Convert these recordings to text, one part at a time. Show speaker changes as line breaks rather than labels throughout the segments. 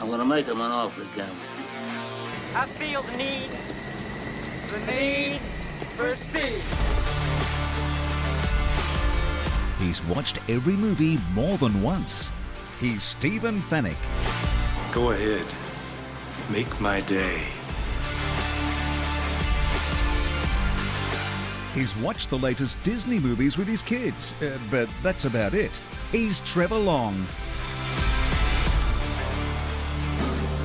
I'm gonna make him an offer again.
I feel the need, the need for speed.
He's watched every movie more than once. He's Stephen Fennick.
Go ahead. Make my day.
He's watched the latest Disney movies with his kids, uh, but that's about it. He's Trevor Long.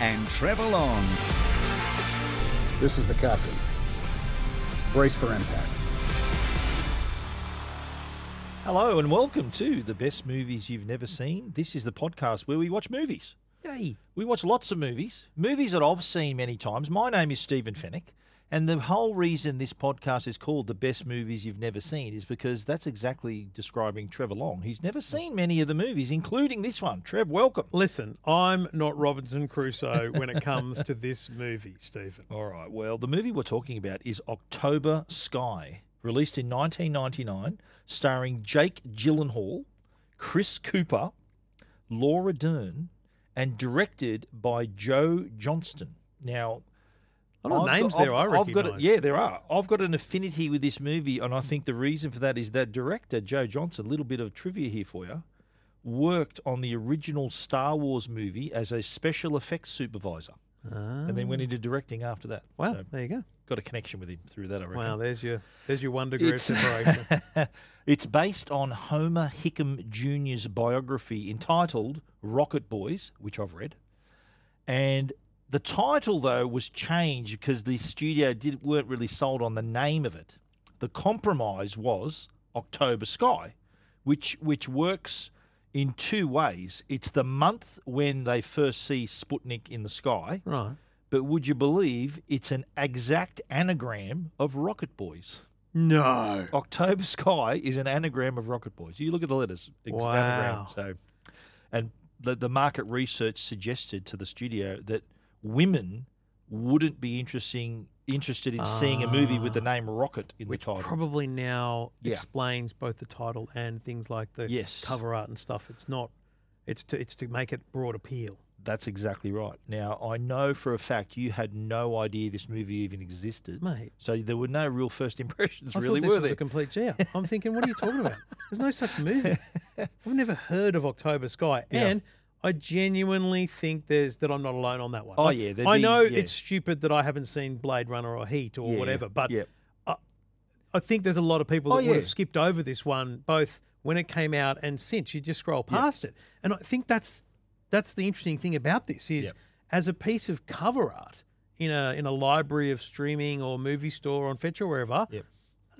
and Trevor Long.
This is the captain. Brace for impact.
Hello and welcome to the best movies you've never seen. This is the podcast where we watch movies. Yay! We watch lots of movies, movies that I've seen many times. My name is Stephen Fennick, and the whole reason this podcast is called the best movies you've never seen is because that's exactly describing Trevor Long. He's never seen many of the movies, including this one. Trev, welcome.
Listen, I'm not Robinson Crusoe when it comes to this movie, Stephen.
All right. Well, the movie we're talking about is October Sky, released in 1999, starring Jake Gyllenhaal, Chris Cooper, Laura Dern, and directed by Joe Johnston. Now,
A lot of
I've
names
got-
there
I've-
I
I've got a-
recognise.
yeah, there are. I've got an affinity with this movie, and I think the reason for that is that director Joe Johnston. A little bit of trivia here for you. Worked on the original Star Wars movie as a special effects supervisor, and then went into directing after that.
Ah. Wow,
So,
there you go.
got a connection with him through that. I reckon.
Wow, there's your there's your one degree of
It's-
separation.
It's based on Homer Hickam Jr.'s biography entitled Rocket Boys, which I've read. And the title, though, was changed because the studio did, weren't really sold on the name of it. The compromise was October Sky, which, which works in two ways. It's the month when they first see Sputnik in the sky,
right.
but would you believe it's an exact anagram of Rocket Boys?
No.
October Sky is an anagram of Rocket Boys. You look at the letters. It's an anagram.
Wow.
So, and the, the market research suggested to the studio that women wouldn't be interesting interested in seeing a movie with the name Rocket in
Which
the title.
probably now
Yeah.
explains both the title and things like the
Yes.
cover art and stuff. It's not it's to it's to make it broad appeal.
That's exactly right. Now I know for a fact you had no idea this movie even existed,
Mate.
So there were no real first impressions.
I
really,
thought this
were
was
there?
a complete geo. I'm thinking, what are you talking about? There's no such movie. I've never heard of October Sky,
Yeah.
and I genuinely think there's that I'm not alone on that one.
Oh,
Like,
yeah, there'd
I
be-
know
yeah.
it's stupid that I haven't seen Blade Runner or Heat or
Yeah,
whatever, but
yeah.
I think there's a lot of people
Oh,
that would
yeah.
have skipped over this one, both when it came out and since. You just scroll past it, and I think that's that's the interesting thing about this is
Yep.
as a piece of cover art in a in a library of streaming or movie store on Fetch or wherever.
Yep.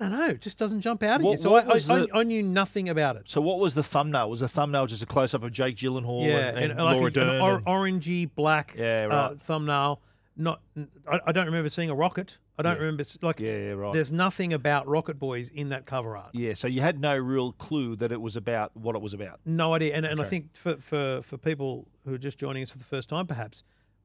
I don't know. It just doesn't jump out at
What-
you. So I,
what
I,
was the-
I, I knew nothing about it.
So what was the thumbnail? Was the thumbnail just a close up of Jake Gyllenhaal
yeah,
and, and
and uh, like
Laura
a-
Dern?
an or,
and-
orangey black
Yeah,
uh,
right.
thumbnail. Not, n- I, I don't remember seeing a rocket. I don't remember s- like.
Yeah, yeah, right.
There's nothing about Rocket Boys in that cover art.
Yeah, so you had no real clue that it was about what it was about.
No idea. And, and I
Okay.
think for, for, for people who are just joining us for the first time, perhaps,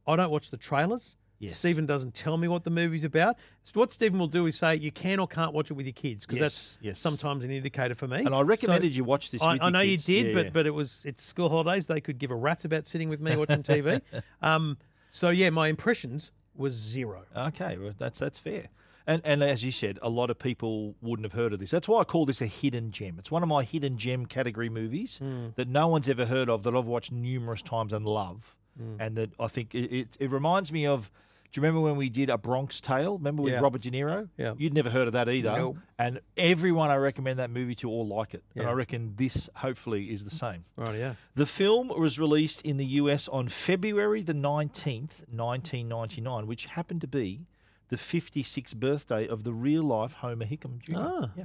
I don't watch the trailers.
Yes.
Stephen doesn't tell me what the movie's about. So what Stephen will do is say, you can or can't watch it with your kids,
Yes,
because that's
yes.
sometimes an indicator for me.
And I
So
recommended you watch this.
I,
with
I
your
know
kids.
you did,
Yeah,
but
yeah.
but it was it's school holidays. They could give a rat's about sitting with me watching TV. um, so yeah, my impressions was zero.
okay, well, that's that's fair. And and as you said, a lot of people wouldn't have heard of this. That's why I call this a hidden gem. It's one of my
Hmm.
hidden gem category movies that no one's ever heard of that I've watched numerous times and love.
Mm.
and that I think it, it, it reminds me of. Do you remember when we did a Bronx Tale? Remember with
Yeah.
Robert De Niro?
Yeah.
you'd never heard of that either.
Nope.
And everyone I recommend that movie to all like it, and
Yeah.
I reckon this hopefully is the same.
Right, yeah.
The film was released in the US on February the 19th, 1999, which happened to be the 56th birthday of the real life Homer Hickam Jr.
Ah.
Yeah.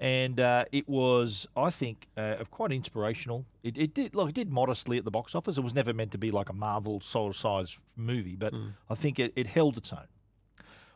And uh, it was, I think, uh, quite inspirational. It, it did, like, it did modestly at the box office. It was never meant to be like a Marvel sort of size movie, but
Hmm.
I think it, it held its own.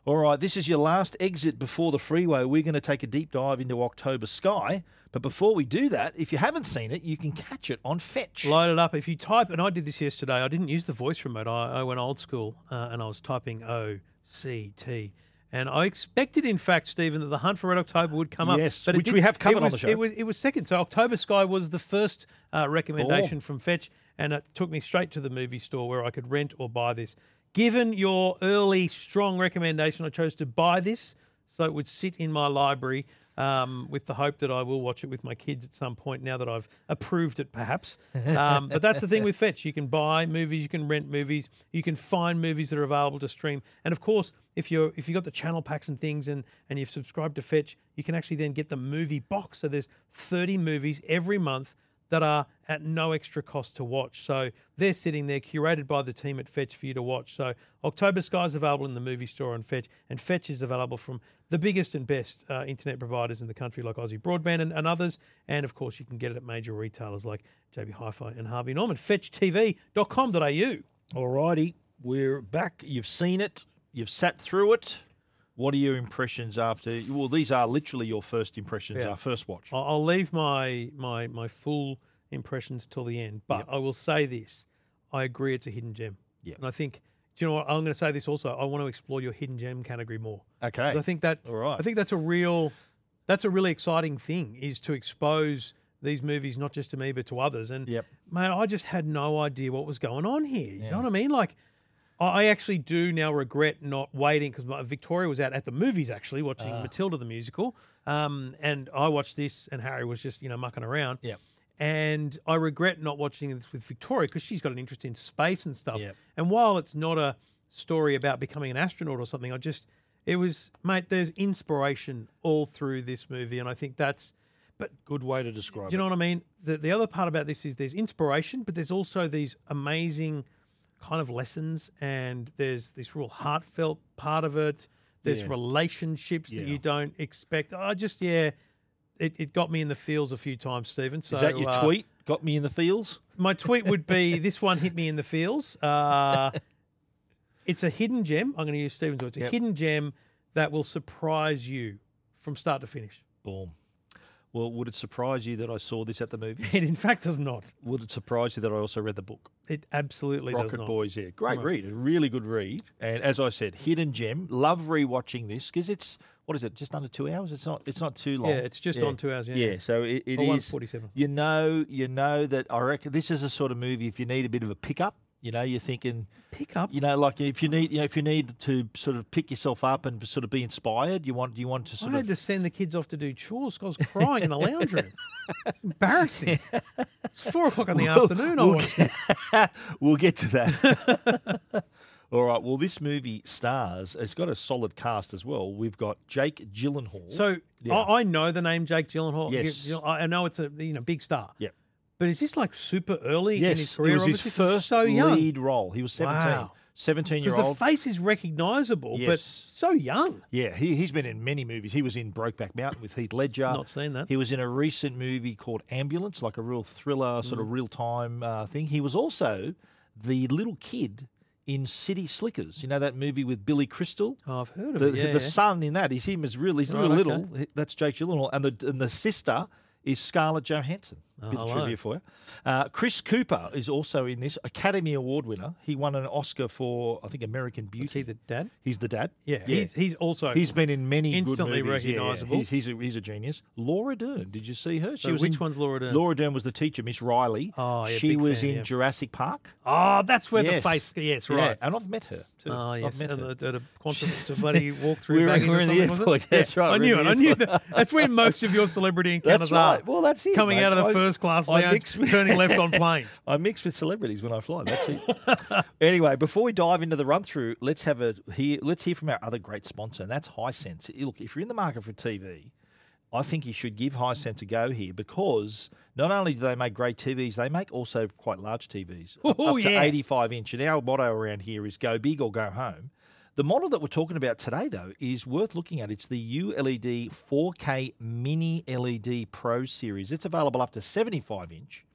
All right, this is your last exit before the freeway. We're going to take a deep dive into October Sky. But before we do that, if you haven't seen it, you can catch it on Fetch.
Load it up. If you type, and I did this yesterday, I didn't use the voice remote. I, I went old school uh, and I was typing O C T. And I expected, in fact, Stephen, that the hunt for Red October would come up.
Yes,
it
which we have
it
covered on
was-
the show.
It was, it was second. So October Sky was the first uh, recommendation from Fetch, and it took me straight to the movie store where I could rent or buy this. Given your early strong recommendation, I chose to buy this so it would sit in my library um, with the hope that I will watch it with my kids at some point now that I've approved it, perhaps. Um, but that's the thing with Fetch. You can buy movies, you can rent movies, you can find movies that are available to stream. And of course, if you're if you've got the channel packs and things and, and you've subscribed to Fetch, you can actually then get the movie box. So there's 30 movies every month that are at no extra cost to watch. So they're sitting there curated by the team at Fetch for you to watch. So October Sky's available in the movie store on Fetch, and Fetch is available from the biggest and best uh, internet providers in the country like Aussie Broadband and, and others. And of course, you can get it at major retailers like JB Hi-Fi and Harvey Norman. FetchTV.com.au.
All righty, we're back. You've seen it, you've sat through it. What are your impressions after? Well, these are literally your first impressions,
Yeah.
our first watch.
I'll, I'll leave my my my full impressions till the end, but I will say this: I agree, it's a hidden gem.
Yeah.
And I think, do you know what? I'm going to say this also. I want to explore your hidden gem category more. 'Cause
Okay.
I think that.
All right.
I think that's a real, that's a really exciting thing is to expose these movies not just to me but to others. And
Yep.
man, I just had no idea what was going on here. You know what I mean? Like. I I actually do now regret not waiting because Victoria was out at the movies actually watching
Ah.
Matilda the musical, um, and I watched this, and Harry was just you know mucking around.
Yep.
And I regret not watching this with Victoria because she's got an interest in space and stuff.
Yep.
And while it's not a story about becoming an astronaut or something, I just it was mate. There's inspiration all through this movie, and I think that's. But
Good way to describe
do you know what I mean? The, the other part about this is there's inspiration, but there's also these amazing kind of lessons, and there's this real heartfelt part of it. There's
Yeah.
relationships that you don't expect. I just, yeah, it, it got me in the feels a few times, Stephen.
it.
So,
Is that your
uh,
tweet? Got me in the feels?
my tweet would be this one hit me in the feels. Uh, it's a hidden gem. I'm going to use Stephen's words. It's a
Yep.
hidden gem that will surprise you from start to finish.
Boom. Well, would it surprise you that I saw this at the movie?
It, in fact, does not.
Would it surprise you that I also read the book?
It absolutely does
Rocket
not.
Boys here. Great read. A really good read. And as I said, hidden gem. Love rewatching this because it's what is it? Just under two hours. It's not. It's not too long.
Yeah, it's just on two hours, yeah. Oh,
So it, it
Or
is-
147.
You know. You know that I reckon this is a sort of movie. If you need a bit of a pickup, you know, you're thinking.
Pick up.
You know, like if you need, you know, if you need to sort of pick yourself up and sort of be inspired, you want, you want to sort of
I had to send the kids off to do chores 'cause I was crying in the lounge room. It's embarrassing. It's four o'clock in the afternoon. I
we'll
watched it.
we'll get to that. All right. Well, this movie stars. It's got a solid cast as well. We've got Jake Gyllenhaal.
So I, I know the name Jake Gyllenhaal.
Yes.
You know, I I know it's a you know big star.
Yep.
But is this like super early in his
yes,
career?
it was his
Obviously, 'cause he's
first
so young.
lead role. He was 17.
Wow.
17 year
Because the
old.
face is recognizable, but
Yes.
so young.
yeah, he, he's been in many movies. He was in Brokeback Mountain with Heath Ledger.
Not seen that.
He was in a recent movie called Ambulance, like a real thriller, sort
Mm.
of real time uh, thing. He was also the little kid in City Slickers. You know that movie with Billy Crystal?
Oh, I've heard of
the,
it. Yeah,
the
yeah.
son in that is him as real. He's
Right,
real
okay.
little. He- That's Jake Gyllenhaal, and the and the sister is Scarlett Johansson. Bit of
Oh, hello.
trivia for you. Uh, Chris Cooper is also in this Academy Award winner. He won an Oscar for I think American Beauty.
Is he the dad?
He's the dad.
Yeah, He's, he's also
He's been in many good
instantly
movies. Yeah, yeah.
recognisable.
He's, he's, a, he's a genius. Laura Dern, did you see her?
So which one's Laura Dern?
Laura Dern was the teacher, Miss Riley.
Oh, yeah,
she
big
was
fan,
in
yeah.
Jurassic Park.
Oh, that's where
Yes.
the face. Yes,
Yeah,
right.
and I've met her. too.
Oh
I've
yes,
met
and
her.
the, the, the quantum to bloody walk through.
We were-
baggage
we were
or
in the
something, was it?
airport, that's right,
I
we
knew
were in
it. I
the
knew
airport.
that. That's where most of your celebrity encounters
That's right.
are.
Well, that's it.
Coming
mate.
out of the
I-
first class
I
lounge,
mix with-
turning left on planes.
I mix with celebrities when I fly. That's it. anyway, before we dive into the run through, let's have a hear. Let's hear from our other great sponsor, and that's Hisense. Look, if you're in the market for TV, I think you should give Hisense a go here because not only do they make great TVs, they make also quite large TVs, up-
Oh,
up
yeah.
to 85 inch. And our motto around here is go big or go home. The model that we're talking about today, though, is worth looking at. It's the E ULED 4K Mini LED Pro series. It's available up to 75 inch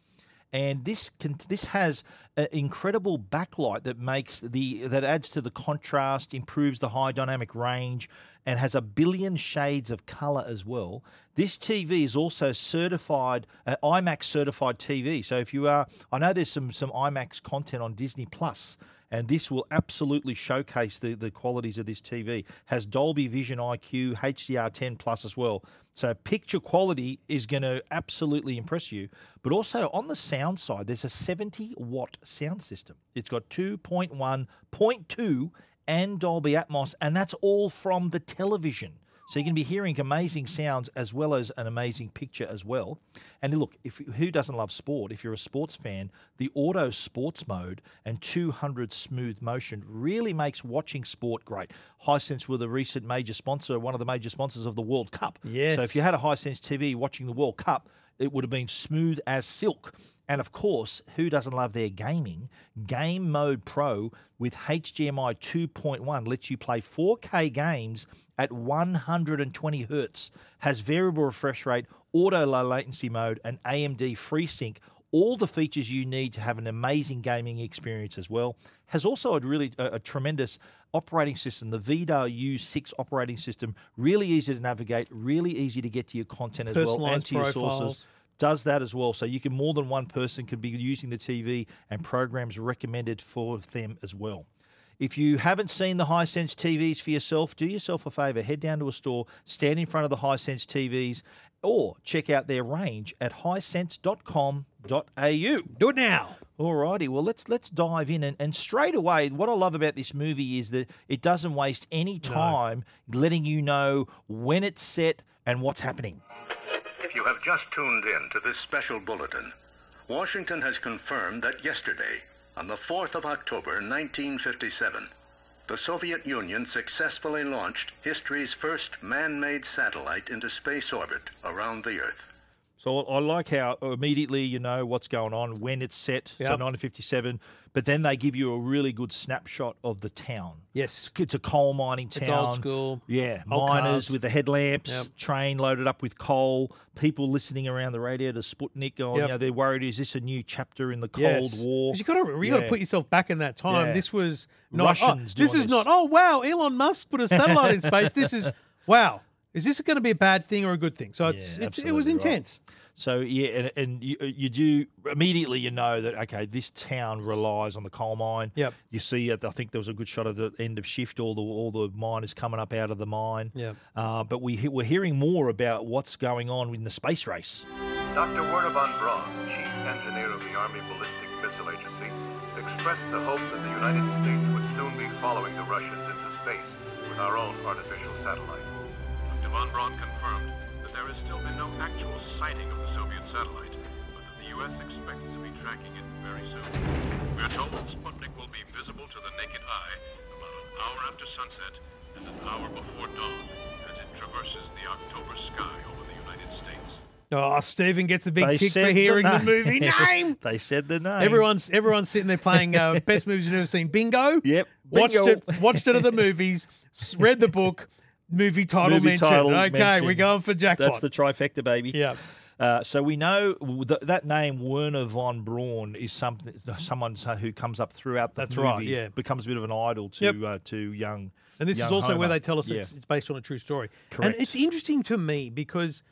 and this can, this has an incredible backlight that makes the that adds to the contrast, improves the high dynamic range, and has a billion shades of color as well. This TV is also certified an IMAX certified TV. So if you are, I know there's some some IMAX content on Disney Plus, and this will absolutely showcase the, the qualities of this TV. Has Dolby Vision IQ, HDR10 Plus as well. So picture quality is going to absolutely impress you. But also on the sound side, there's a 70 watt sound system. It's got 2.1, 0.2, and Dolby Atmos, and that's all from the television. So you can be hearing amazing sounds as well as an amazing picture as well. And look, if who doesn't love sport? If you're a sports fan, the auto sports mode and 200 smooth motion really makes watching sport great. Hisense were the recent major sponsor, one of the major sponsors of the World Cup.
Yes.
So if you had a Hisense TV watching the World Cup, it would have been smooth as silk. And of course, who doesn't love their gaming? Game Mode Pro with HDMI 2.1 lets you play 4K games at 120 hertz, has variable refresh rate, auto low latency mode, and AMD FreeSync. All the features you need to have an amazing gaming experience as well. Has also a really a, a tremendous operating system, the VDAR U6 operating system. Really easy to navigate, really easy to get to your content as well and
Personalised
to your
profiles.
sources does that as well. So you can more than one person can be using the TV and programs recommended for them as well. If you haven't seen the Hisense TVs for yourself, do yourself a favor, head down to a store, stand in front of the Hisense TVs, or check out their range at hisense.com.au.
Do it now.
Alrighty, well let's let's dive in and, and straight away. What I love about this movie is that it doesn't waste any time letting you know when it's set and what's happening.
You have just tuned in to this special bulletin. Washington has confirmed that yesterday, on the 4th of October 1957, the Soviet Union successfully launched history's first man made satellite into space orbit around the Earth.
So I I like how immediately you know what's going on, when it's set, so
Yep.
1957, but then they give you a really good snapshot of the town.
Yes.
It's, it's a coal mining town.
old school,
Yeah,
old
miners
cars.
with the headlamps,
Yep.
train loaded up with coal, people listening around the radio to Sputnik. Oh,
Yep.
you know, they're worried, is this a new chapter in the Cold
Yes.
War?
'Cause You got to you got to
Yeah.
put yourself back in that time.
Yeah.
This was not,
Russians
Oh, this
doing this.
is not. Oh wow, Elon Musk put a satellite in space. This is wow. Is this going to be a bad thing or a good thing? So it's,
Yeah,
it's it was
absolutely right.
intense.
So yeah, and, and you, uh, you do immediately you know that okay, this town relies on the coal mine.
Yep.
You see, it- I think there was a good shot of the end of shift, all the all the miners coming up out of the mine.
Yep.
Uh, but we he- we're hearing more about what's going on in the space race.
Dr. Werner von Braun, chief engineer of the Army Ballistic Missile Agency, expressed the hope that the United States would soon be following the Russians into space with our own artificial satellite. Dr. von Braun confirmed that there has still been no actual sighting of the Soviet satellite, but that the U.S. expects to be tracking it very soon. We are told that Sputnik will be visible to the naked eye about an hour after sunset and an hour before dawn as it traverses the October sky over the United States.
Oh, Stephen gets a big tick for hearing the, movie name.
they said the name.
Everyone's everyone's sitting there playing uh, best movies you've never seen. Bingo.
Yep.
Watched
Bingo.
it. Watched it at the movies. s- Read the book. Movie title
Movie
mentioned.
title
okay, we're
mentioned.
going for jackpot.
That's the trifecta, baby.
Yeah.
Uh, so we know w- th- that name Werner von Braun is something someone so- who comes up throughout the
That's
movie.
right, yeah.
becomes a bit of an idol to
Yep.
uh, to young.
And this is
young
also where
Homer.
they tell us
Yeah.
it's, it's based on a true story.
Correct.
And it's interesting to me because,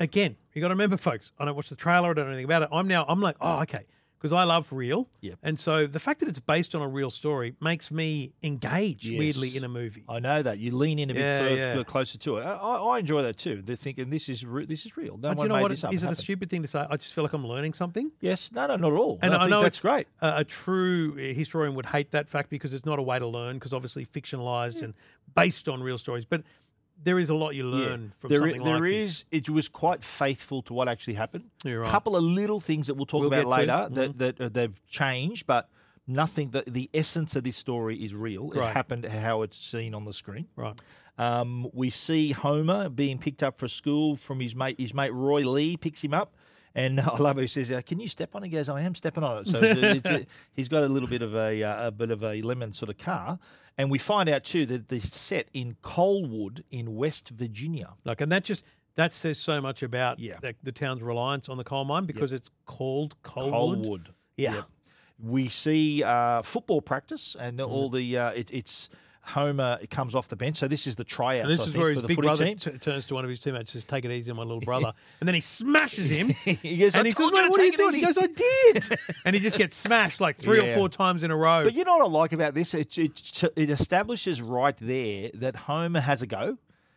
again, you got to remember, folks. I don't watch the trailer. I don't know anything about it. I'm now. I'm like, oh, okay. because I love real.
Yep.
And so the fact that it's based on a real story makes me engage
Yes.
weirdly in a movie.
I know that you lean in a bit
Yeah,
further,
yeah.
closer to it. I, I I enjoy that too. They're thinking this is re- this is real. No
But
one
you know
made
what?
this
Is
up.
it a
happened.
stupid thing to say? I just feel like I'm learning something.
Yes, no, no, not at all.
And
No,
I,
think
know
that's
it's-
great.
A, a true uh, historian would hate that fact because it's not a way to learn because obviously
Hmm.
fictionalized and based on real stories. But there is a lot you learn from
There i-
something like
there
this.
is- It was quite faithful to what actually happened.
You're right.
couple of little things that we'll talk
We'll
about
get
later
to, Mm-hmm.
that that uh, they've changed, but nothing that the essence of this story is real. It
Right.
happened how it's seen on the screen.
Right.
Um, we see Homer being picked up for school from his mate. His mate Roy Lee picks him up. And I love how he says, uh, "Can you step on it?" He goes, "I am stepping on it." So it's a- it's a- he's got a little bit of a, uh, a bit of a lemon sort of car, and we find out too that they're set in Coalwood in West Virginia.
Like, and that just that says so much about
Yeah.
the, the town's reliance on the coal mine because it's called Coalwood.
Coalwood.
Yeah.
We see uh, football practice and all
Mm-hmm.
the uh, it, it's Homer comes off the bench. So this is the tryout.
And this is where his
for the
big
footy
brother
team.
t- turns to one of his teammates, says, "Take it easy, on my little brother," and then he smashes him.
He goes, "I
and he says,
told you
"Mate,
to
"What do you
take it
think?" He
easy."
goes, "I did," and he just gets smashed like three
Yeah.
or four times in a row.
But you know what I like about this? It, it it establishes right there that Homer has a go.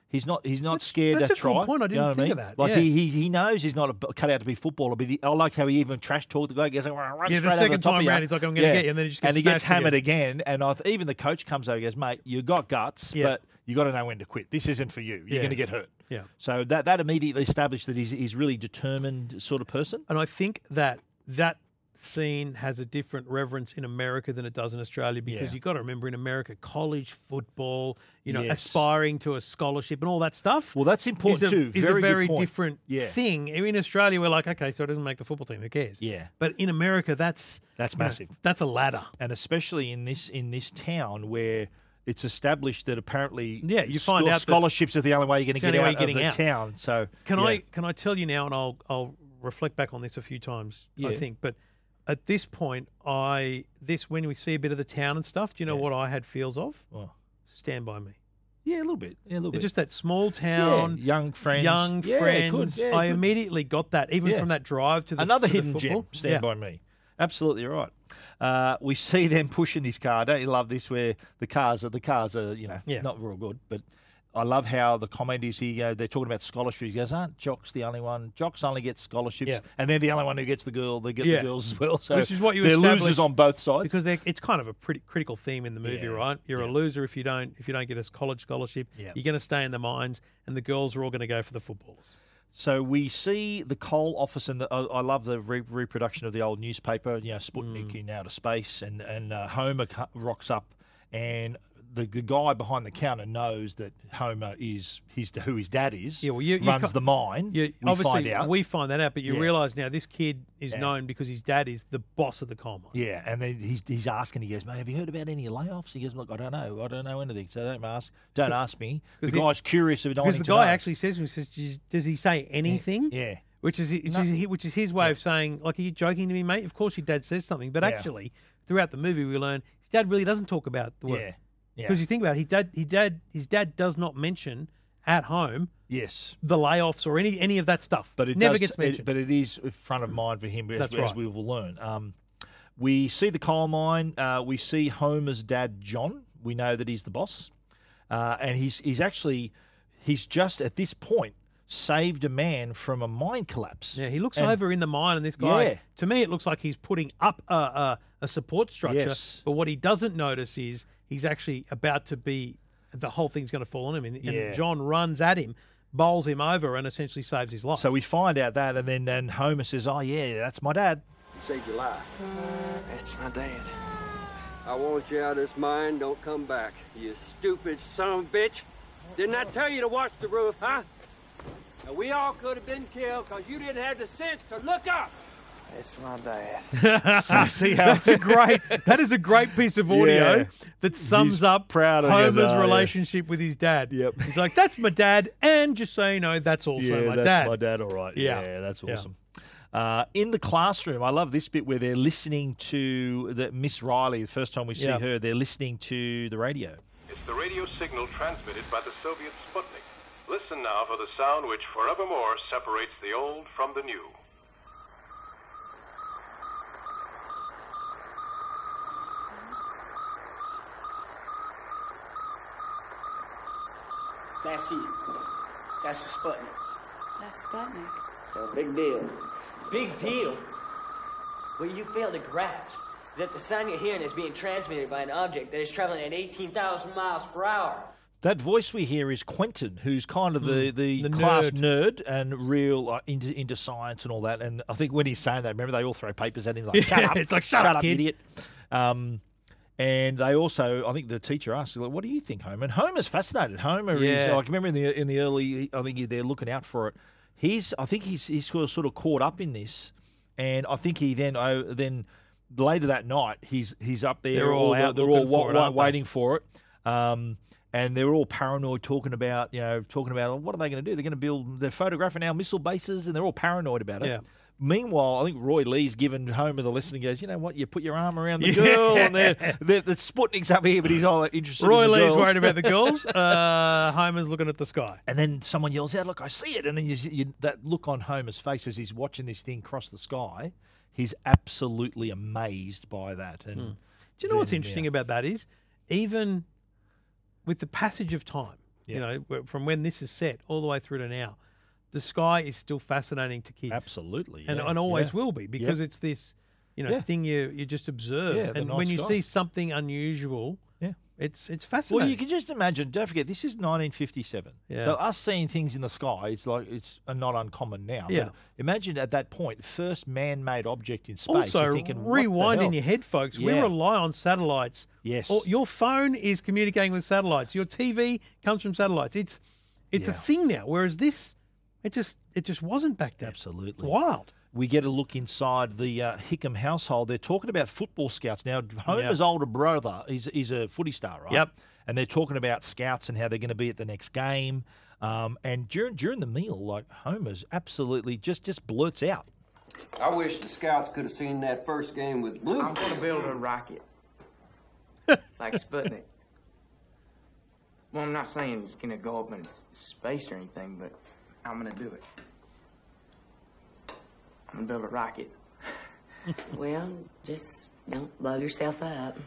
He's not. He's not scared
that's
to
a good
try.
point. I
You know
didn't
what
think of
mean?
that.
Like
Yeah.
he, he he knows he's not a, cut out to be a footballer. But he, I like how he even trash talked the guy. He goes, "I'm gonna run
Yeah, the
straight over
second
top
time
of you."
round, he's like, "I'm gonna get you," and then he just
and
gets
he gets
smashed
hammered again. And I th- even the coach comes over. and goes, "Mate, you got guts,
Yeah.
but you got to know when to quit. This isn't for you. You're
Yeah.
going to get hurt."
Yeah.
So that that immediately established that he's he's really determined sort of person.
and I think that that scene has a different reverence in America than it does in Australia because
Yeah.
you've got to remember in America, college football, you know,
Yes.
aspiring to a scholarship and all that stuff.
Well, that's important
is a,
too.
is
Very
a
good
very
point.
different
Yeah.
thing. In Australia, we're like, okay, so it doesn't make the football team. Who cares?
Yeah.
But in America, that's
That's
you know,
massive.
that's a ladder.
and especially in this in this town where it's established that apparently
Yeah, you find
scho-
out that-
scholarships are the only way you're going
It's
to
the
get
only way
out
you're
of the
getting out.
town. So
Can
yeah.
I can I tell you now, and I'll I'll reflect back on this a few times. I
Yeah.
think, but at this point, I this when we see a bit of the town and stuff. Do you know what I had feels of?
Well,
Stand by me.
yeah, a little bit, yeah, a little bit.
Just that small town,
Yeah, young friends.
young
Yeah, good,
friends.
yeah,
I
good.
immediately got that, even
Yeah.
from that drive to the
another
to the
hidden
football.
gem. Stand by me. Absolutely right. Uh, we see them pushing this car. Don't you love this? Where the cars are the cars are you know
Yeah.
not real good, but. I love how the comment is he, uh, they're talking about scholarships. He goes, aren't jocks the only one? Jocks only get scholarships,
Yeah.
and they're the only one who gets the girl. They get
Yeah.
the girls as well. So
Which is what you
they're losers
establish-
on both sides.
because they're- it's kind of a pretty critical theme in the movie,
Yeah,
right? You're a
yeah.
loser if you don't if you don't get a college scholarship.
Yeah.
You're going to stay in the mines, and the girls are all going to go for the footballers.
So we see the coal office, and the, I, I love the re- reproduction of the old newspaper. You know,
Mm.
Sputnik in outer space, and and uh, Homer co- rocks up, and the, the guy behind the counter knows that Homer is his who his dad is.
Yeah, well, you- you
runs
can't-
the mine.
You,
we
obviously,
find out.
we find that out, but you
Yeah.
realise now this kid is
Yeah.
known because his dad is the boss of the coal mine.
yeah, and then he's, he's asking. He goes, "Mate, have you heard about any layoffs?" He goes, "Look, I don't know. I don't know anything. So don't ask. Don't ask me." The
'Cause he-
guy's curious of
Because
knowing.
the guy actually says to him, he says, "Does- "Does he say anything?"
yeah.
which is which, is, he- which is his way of saying, "Like, are you joking to me, mate? Of course your dad says something." But
Yeah.
actually, throughout the movie, we learn his dad really doesn't talk about the work.
Yeah. Yeah.
Because you think about it, he dad, he dad, his dad does not mention at home
yes.
the layoffs or any any of that stuff.
but it
never
does-
gets
it-
mentioned.
but it is front of mind for him, as,
That's
as
right.
we will learn. Um, we see the coal mine. Uh, we see Homer's dad, John. We know that he's the boss, uh, and he's he's actually he's just at this point saved a man from a mine collapse.
yeah, he looks
And-
over in the mine, and this guy,
Yeah.
to me, it looks like he's putting up a, a, a support structure.
Yes.
But what he doesn't notice is he's actually about to be the whole thing's going to fall on him, and, and
Yeah.
John runs at him, bowls him over, and essentially saves his life.
So we find out that, and then and Homer says, "Oh yeah, that's my dad."
Saved your life.
It's my dad.
I wanted you out of this mine. Don't come back. You stupid son of a bitch. Didn't I tell you to watch the roof, huh? Now, we all could have been killed because you didn't have the sense to look up.
It's my dad.
So see how
That's a great. That is a great piece of audio
Yeah.
that sums
He's
up
proud of his,
Homer's
uh, yeah.
relationship with his dad.
Yep.
He's like, "That's my dad," and just so you know, that's also
yeah,
my
that's
dad.
my dad. All right.
Yeah.
Yeah, that's
Yeah.
awesome. Uh, in the classroom, I love this bit where they're listening to the Miss Riley. The first time we see
Yeah.
her, they're listening to the radio.
It's the radio signal transmitted by the Soviet Sputnik. Listen now for the sound which forevermore separates the old from the new.
That's it. That's the Sputnik.
That's Sputnik.
So big deal.
Big deal. What you fail to grasp is that the sound you're hearing is being transmitted by an object that is traveling at 18,000 miles per hour.
That voice we hear is Quentin, who's kind of the,
Mm,
the,
the
class nerd. and real uh, into into science and all that. And I think when he's saying that, remember they all throw papers at him like, "Shut
Yeah,
up!"
it's like, "Shut up, kid."
idiot." Um, and they also, I think the teacher asked, like, "What do you think, Homer?" And Homer's fascinated. Homer is
Yeah.
like, remember in the in the early, I think they're looking out for it. He's, I think he's he's sort of sort of caught up in this, and I think he then oh, then later that night he's he's up there.
They're all
the-
out
they're all
looking for it,
wa-
aren't they?
waiting for it. Um, and they're all paranoid, talking about you know, talking about oh, what are they going to do? They're going to build, they're photographing our missile bases, and they're all paranoid about it.
Yeah.
Meanwhile, I think Roy Lee's given Homer the lesson. He goes, you know what? You put your arm around the
Yeah.
girl, and they're, they're, the Sputnik's up here, but he's all like, interested.
Roy
in the
Lee's
girls.
worried about the girls. Uh, Homer's looking at the sky.
And then someone yells out, "Look, I see it!" And then you, you, that look on Homer's face as he's watching this thing cross the sky, he's absolutely amazed by that. And
Mm. Do you know what's interesting about that is even with the passage of time, you
Yeah.
know, w- from when this is set all the way through to now, the sky is still fascinating to kids.
Absolutely,
and
yeah,
and always
yeah.
will be because
Yep.
it's this, you know,
Yeah.
thing you you just observe,
Yeah, the
and
night
when you
sky.
see something unusual,
Yeah.
it's it's
Well,
fascinating.
you can just imagine. Don't forget, this is 1957.
Yeah.
So us seeing things in the sky, it's like it's uh, not uncommon now.
Yeah.
But imagine at that point, first man-made object in space.
also,
you're thinking, what the
rewind in
hell?
your head, folks. We
Yeah.
rely on satellites.
Yes.
Or your phone is communicating with satellites. Your TV comes from satellites. It's it's a
Yeah.
thing now. Whereas this, it just it just wasn't back then.
Absolutely.
Wild.
We get a look inside the uh, Hickam household. They're talking about football scouts. Now, Homer's
Yeah.
older brother is, is a footy star, right?
Yep.
And they're talking about scouts and how they're going to be at the next game. Um, and during during the meal, like Homer's absolutely just just blurts out.
I wish the scouts could have seen that first game with Blue.
I'm gonna build a rocket. like Sputnik. Well, I'm not saying it's gonna go up in space or anything, but I'm gonna do it. I'm gonna build a rocket.
Well, just don't blow yourself up.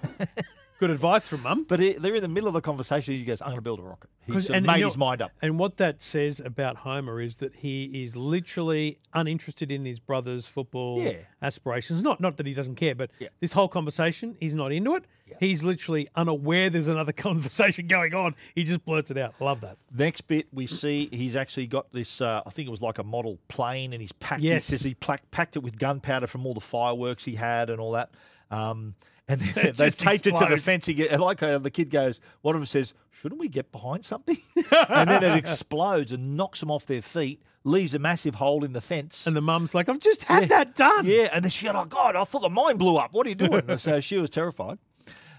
Good advice from mum.
But it, they're in the middle of the conversation. He goes, "I'm going to build a rocket." He
'Cause-
sort of
and you
made
know-
his mind up.
And what that says about Homer is that he is literally uninterested in his brother's football
Yeah.
aspirations. Not not that he doesn't care, but this whole conversation, he's not into it. He's literally unaware there's another conversation going on. He just blurts it out. Love that.
Next bit, we see he's actually got this. Uh, I think it was like a model plane, and he's packed.
Yes.
He says he plac- packed it with gunpowder from all the fireworks he had and all that. Um, and they,
It
they
just
taped it to the
explodes.
fence. Again, and like uh, the kid goes, one of them says, "Shouldn't we get behind something?" and then it explodes and knocks them off their feet, leaves a massive hole in the fence.
And the mum's like, "I've just had that done."
Yeah, and then she goes, "Oh God, I thought the mine blew up. What are you doing?" so she was terrified.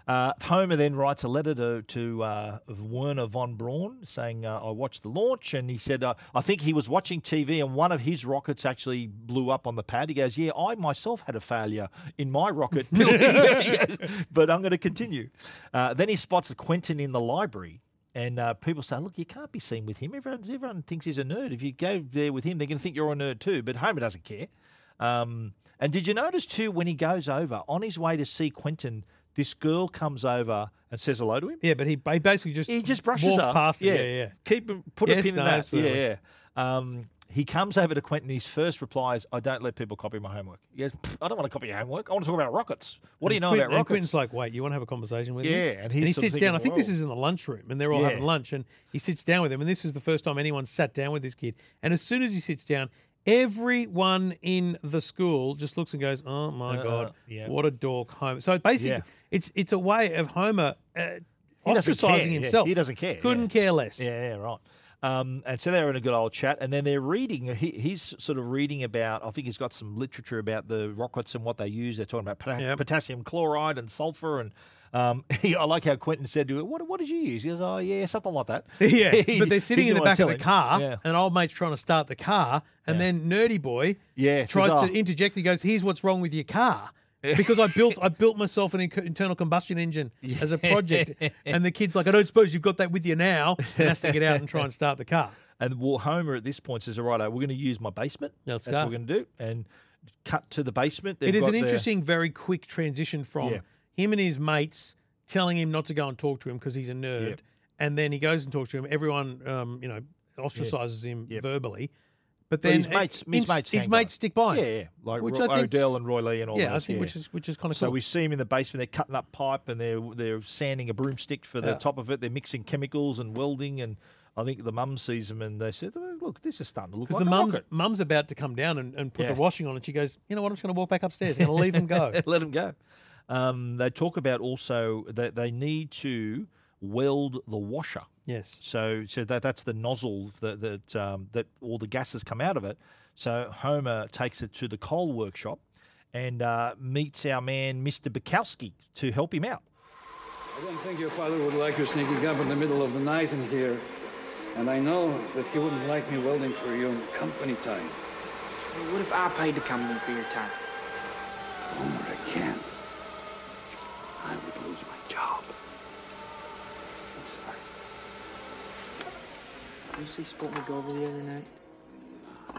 Uh, Homer then writes a letter to, to uh, Werner von Braun saying, uh, I watched the launch. And he said, uh, I think he was watching TV and one of his rockets actually blew up on the pad. He goes, Yeah, I myself had a failure in my rocket, Billy." He goes, but I'm going to continue. Uh, then he spots Quentin in the library. And uh, people say, look, you can't be seen with him. Everyone, everyone thinks he's a nerd. If you go there with him, they're going to think you're a nerd too. But Homer doesn't care. Um, and did you notice too when he goes over on his way to see Quentin, this girl comes over and says hello to him.
Yeah, but he, ba- basically just
he just brushes
walks
up.
past it. Yeah, yeah.
Keep him, put a
Yes,
pin
no,
in that.
absolutely.
Yeah, yeah. Um, he comes over to Quentin. His first reply is, "I don't let people copy my homework." He goes, "Pfft, "I don't want to copy your homework. I want to talk about rockets. What do you
And
know
Quin-
about
And
rockets?"
Quentin's like, wait, you want to have a conversation with
Yeah,
him?
and
and,
he's
he
sort of
sits down. I
thinking,
think this
"Whoa."
is in the lunchroom, and they're all having
Yeah.
lunch. And he sits down with him, and this is the first time anyone's sat down with this kid. And as soon as he sits down, everyone in the school just looks and goes, "Oh my
Uh,
god,
yeah.
what a dork, Homer!" So basically,
Yeah.
it's it's a way of Homer uh,
He doesn't
ostracizing
care, yeah.
himself.
He doesn't care. yeah.
Couldn't care less.
Yeah, yeah, right. Um, and so they're in a good old chat, and then they're reading. He, he's sort of reading about. I think he's got some literature about the rockets and what they use. They're talking about pota-
Yep.
potassium chloride and sulfur. And um, he, I like how Quentin said to him, "What, what did you use?" He goes, "Oh, yeah, something like that."
Yeah,
He-
but they're sitting
he
in
didn't
the
wanna
back of
tell
the
him.
car,
Yeah.
and old mate's trying to start the car, and then nerdy boy
Yeah, says,
tries
"Oh."
to interject. He goes, "Here's what's wrong with your car." because I built, I built myself an inc- internal combustion engine as a project, and the kid's like, "I don't suppose you've got that with you now." And has to get out and try and start the car.
And well, Homer at this point says, "All right, we're going to use my basement.
Let's
That's what
go."
we're going to do." And cut to the basement.
it
They've
is
got
an
their-
interesting, very quick transition from
Yeah.
him and his mates telling him not to go and talk to him because he's a nerd, and then he goes and talks to him. Everyone, um, you know, ostracizes him verbally. But
Well,
then
his mates- his
ins-
mates hang by.
mates stick by. him.
Yeah, yeah, like
which
Ro-
I think,
Odell and Roy Lee and all
Yeah, I
those,
think
yeah.
which is which is kind of
So
cool.
we see him in the basement. They're cutting up pipe and they're they're sanding a broomstick for the
Yeah.
top of it. They're mixing chemicals and welding. And I think the mum sees him and they said, "Oh, "Look, this is starting to look
because
like
the
a
mum's
rocket."
mum's about to come down and, and put
Yeah.
the washing on, and she goes, "You know what? I'm just going to walk back upstairs and leave him go."
Let him go. Um, they talk about also that they need to weld the washer.
Yes.
So, so that that's the nozzle that that um, that all the gases come out of it. So Homer takes it to the coal workshop and uh, meets our man Mr. Bukowski to help him out.
I don't think your father would like you sneaking up in the middle of the night in here. And I know that he wouldn't like me welding for you in company time.
What if I paid the company for your time?
Homer, I can't. I would lose my job.
I'm sorry. You see Sputnik go over the other night?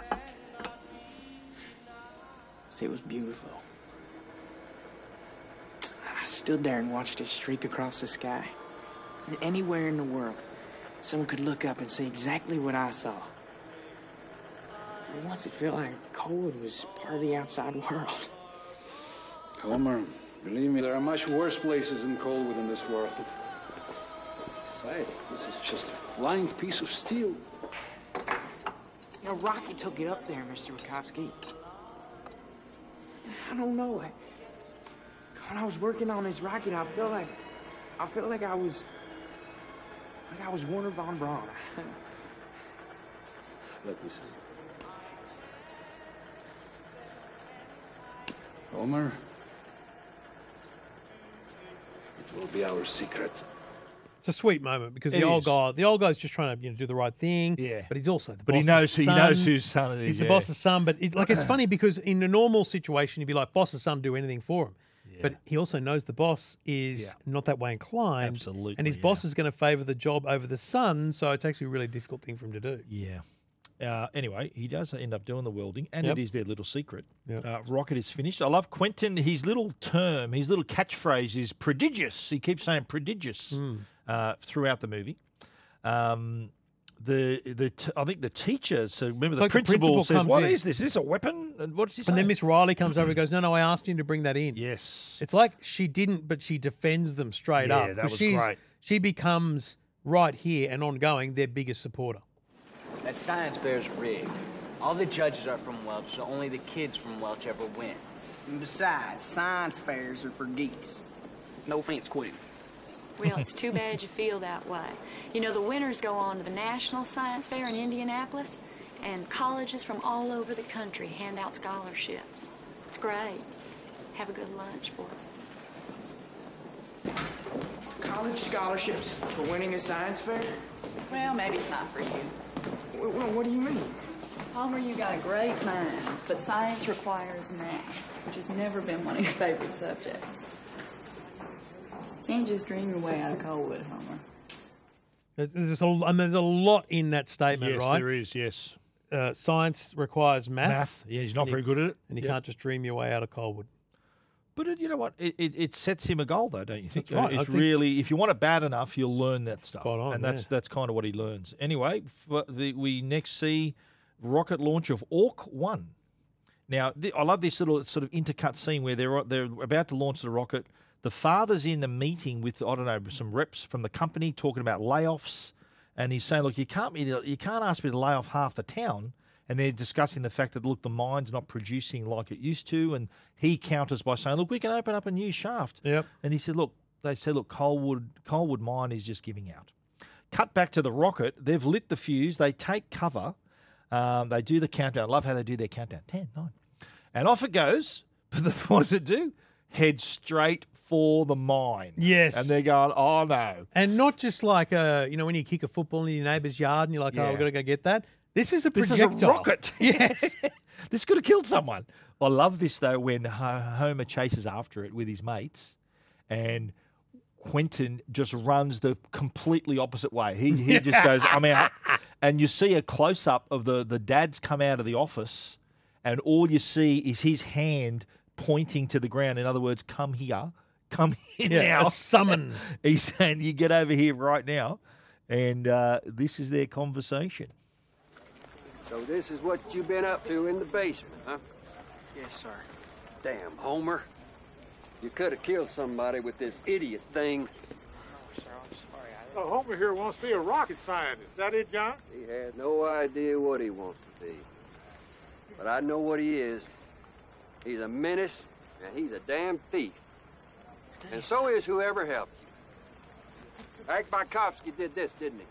See, it was beautiful. I stood there and watched it streak across the sky. And anywhere in the world, someone could look up and see exactly what I saw. For once, it felt like cold was part of the outside world.
Homer, believe me, there are much worse places than Colwood in this world. Besides, this is just a flying piece of steel.
You know, Rocky took it up there, Mr. Rakowski. I don't know. I, when I was working on this rocket, I felt like I felt like I was like I was Warner von Braun.
Let me see. Homer, it will be our secret.
It's a sweet moment because the
It
old
is.
guy, the old guy's just trying to you know do the right thing. Yeah, but he's also the
But he knows-
boss's
he
son.
knows whose son it is,
He's the
yeah.
boss's son, but it, like it's funny because in a normal situation you'd be like, boss's son do anything for him. But he also knows the boss is not that way inclined.
Absolutely,
And his
yeah.
boss is going to favour the job over the son, so it's actually a really difficult thing for him to do.
Yeah. Uh, anyway, he does end up doing the welding, and
Yep.
it is their little secret.
Yep.
Uh, Rocket is finished. I love Quentin. His little term, his little catchphrase is prodigious. He keeps saying prodigious
Mm.
uh, throughout the movie. Um, the the t- I think the teacher. So remember
It's
the,
like the
principal
principal
says,
comes
"What
in."
is this? Is this a weapon?" And what's he
And then
saying?
Miss Riley comes over and goes, No, no, I asked him to bring that in.
Yes.
It's like she didn't, but she defends them straight
Yeah,
up.
that
But
was
she's-
great.
She becomes right here and ongoing their biggest supporter.
That science fair's rigged. All the judges are from Welch, so only the kids from Welch ever win.
And besides, science fairs are for geeks.
No offense, Quentin.
Well, it's too bad you feel that way. You know, the winners go on to the National Science Fair in Indianapolis, and colleges from all over the country hand out scholarships. It's great. Have a good lunch, boys.
College scholarships for winning a science fair?
Well, maybe it's not for you.
What, what do you mean?
Homer, you got a great mind, but science requires math, which has never been one of your favorite subjects. Can't just dream your way out of Colwood, Homer.
There's, there's, just a, I mean, there's a lot in that statement,
Yes,
right?
there is. Yes.
Uh, science requires math.
Math, yeah, he's not
And you-
very good at it.
And you
Yep.
can't just dream your way out of Colwood.
But it, you know what? It, it, it sets him a goal, though, don't you think?
That's right. I
It's
think-
really if you want it bad enough, you'll learn that stuff, and that's
yeah.
that's kind of what he learns. Anyway, f- the, we next see rocket launch of Orc One. Now, th- I love this little sort of intercut scene where they're they're about to launch the rocket. The father's in the meeting with I don't know some reps from the company talking about layoffs, and he's saying, "Look, you can't be- you can't ask me to lay off half the town." And they're discussing the fact that look, the mine's not producing like it used to, and he counters by saying, "Look, we can open up a new shaft." Yep. And he said, "Look, they said, look, Coalwood Coalwood mine is just giving out." Cut back to the rocket. They've lit the fuse. They take cover. Um, they do the countdown. I love how they do their countdown. 10, 9. And off it goes. But the, what does it do? Head straight for the mine.
Yes.
And they're going, oh no.
And not just like, uh, you know, when you kick a football in your neighbour's yard and you're like, oh,
Yeah.
we've got to go get that. This is a
This is
projectile.
a rocket. Yes. this could have killed someone. I love this, though, when Ho- Homer chases after it with his mates and Quentin just runs the completely opposite way. He, he just goes, I'm out. And you see a close up of the, the dad's come out of the office, and all you see is his hand pointing to the ground. In other words, come here, come here
Yeah, a
now.
summon.
He's saying, You get over here right now. And uh, this is their conversation.
So this is what you've been up to in the basement, huh?
Yes, sir.
Damn, Homer. You could have killed somebody with this idiot thing.
Sir, I'm sorry. I
Uh, Homer here wants to be a rocket scientist. That it, John?
He had no idea what he wanted to be. But I know what he is. He's a menace, and he's a damn thief. And so is whoever helped you. Ike Bykovsky did this, didn't he?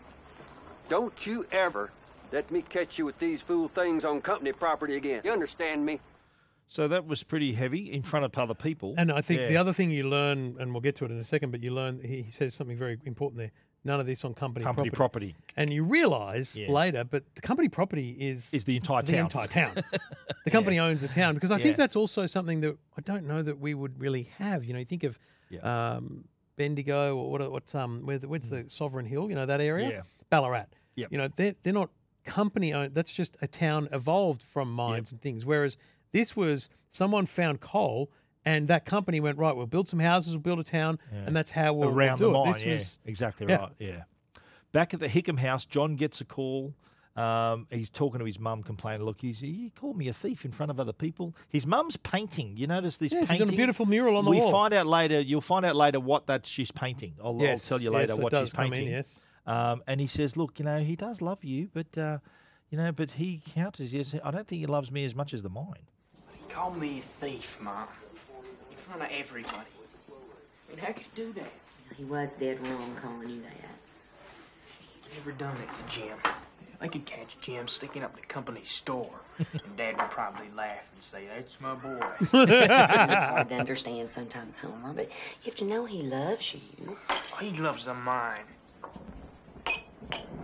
Don't you ever let me catch you with these fool things on company property again. You understand me?
So that was pretty heavy in front of other people.
And I think the
Yeah.
other thing you learn, and we'll get to it in a second, but you learn he, he says something very important there. None of this on company,
Company
property. And you realise
Yeah.
later, but the company property is is the entire
town.
entire town. the company owns the town because I
Yeah.
think that's also something that I don't know that we would really have. You know, you think of um, Bendigo or what, what's um, where the, where's the Sovereign Hill? You know that area,
Mm. Yeah.
Ballarat.
Yep.
You know, they're they're not company owned. That's just a town evolved from mines and things. Whereas this was someone found coal. And that company went right. We'll build some houses. We'll build a town,
Yeah.
and that's how we'll we'll
around
do
the mine.
it. This
yeah,
was-
exactly
yeah.
right. Yeah. Back at the Hickam house, John gets a call. Um, he's talking to his mum, complaining, "Look, he's, he called me a thief in front of other people." His mum's painting. You notice this
Yeah, she's got a
painting?
beautiful mural on the
we
wall.
find out later. You'll find out later what that she's painting. I'll, I'll
Yes,
tell you
yes,
later
it
what
does
she's
come in,
painting.
yes.
Um, and he says, "Look, you know, he does love you, but uh, you know, but he counters. Yes, I don't think he loves me as much as the mine."
He called me a thief, Mom. In front of everybody. I mean, how could he do that?
He was dead wrong calling you that.
He never done it to Jim. They could catch Jim sticking up the company store, and Dad would probably laugh and say, "That's my
it's
boy."
hard to understand sometimes, Homer, but you have to know he loves you.
Oh, he loves the mine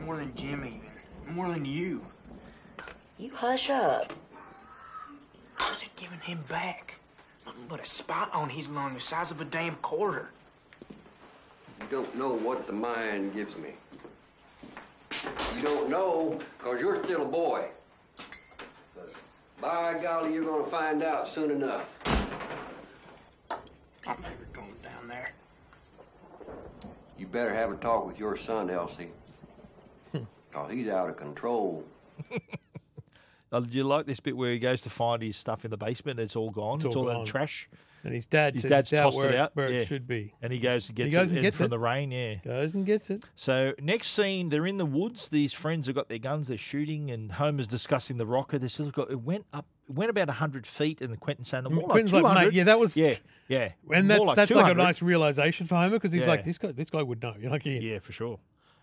more than Jim, even more than you.
You hush up.
They're giving him back nothing but a spot on his lung the size of a damn quarter.
You don't know what the mind gives me. You don't know because you're still a boy. But by golly, you're going to find out soon enough.
I'm never going down there.
You better have a talk with your son, Elsie. Because he's out of control.
Uh, do you like this bit where he goes to find his stuff in the basement? It's all gone. It's all,
gone.
in trash.
And his dad
his
says
dad's
it's out
tossed
where
it
it-
out
where it
yeah.
should be.
And he goes and
He
gets
goes
it
and
in
gets
from
it.
the rain. Yeah,
goes and gets it.
So next scene, they're in the woods. These friends have got their guns. They're shooting, and Homer's discussing the rocket. They says "Look, it went up, it went about hundred feet, and Quentin saying, "More
Quentin's like,
like
"Mate,
200."
yeah, that was-
yeah, yeah."
And
more
that's that's like
200.
a nice realization for Homer because he's like
Yeah.
this guy this guy would know. You're like yeah,
for sure.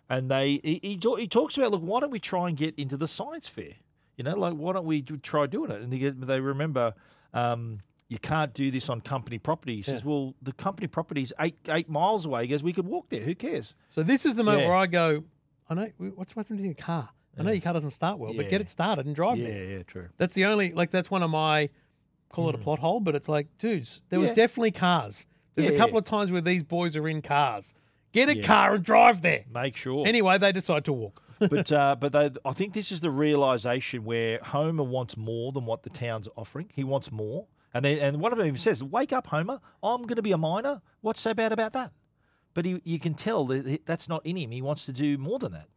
And they he he, talk, he talks about look, why don't we try and get into the science fair? You know, like why don't we do, try doing it? And they, get- they remember um, you can't do this on company property. He says,
Yeah.
well, the company property is eight eight miles away. He goes, we could walk there. Who cares?
So this is the moment
Yeah.
where I go, I know what's happened to your car. I know your car doesn't start well, but
Yeah.
get it started and drive it.
yeah, true.
That's the only like that's one of my call it a plot hole, but it's like, dudes, there
Hmm.
was
Yeah.
definitely cars. There's
Yeah,
a
yeah.
couple of times where these boys are in cars. Get a
Yeah.
car and drive there.
Make sure.
Anyway, they decide to walk.
but uh, but they, I think this is the realization where Homer wants more than what the town's offering. He wants more, and then and one of them even says, "Wake up, Homer! I'm going to be a miner. What's so bad about that?" But he, you can tell that he- that's not in him. He wants to do more than that.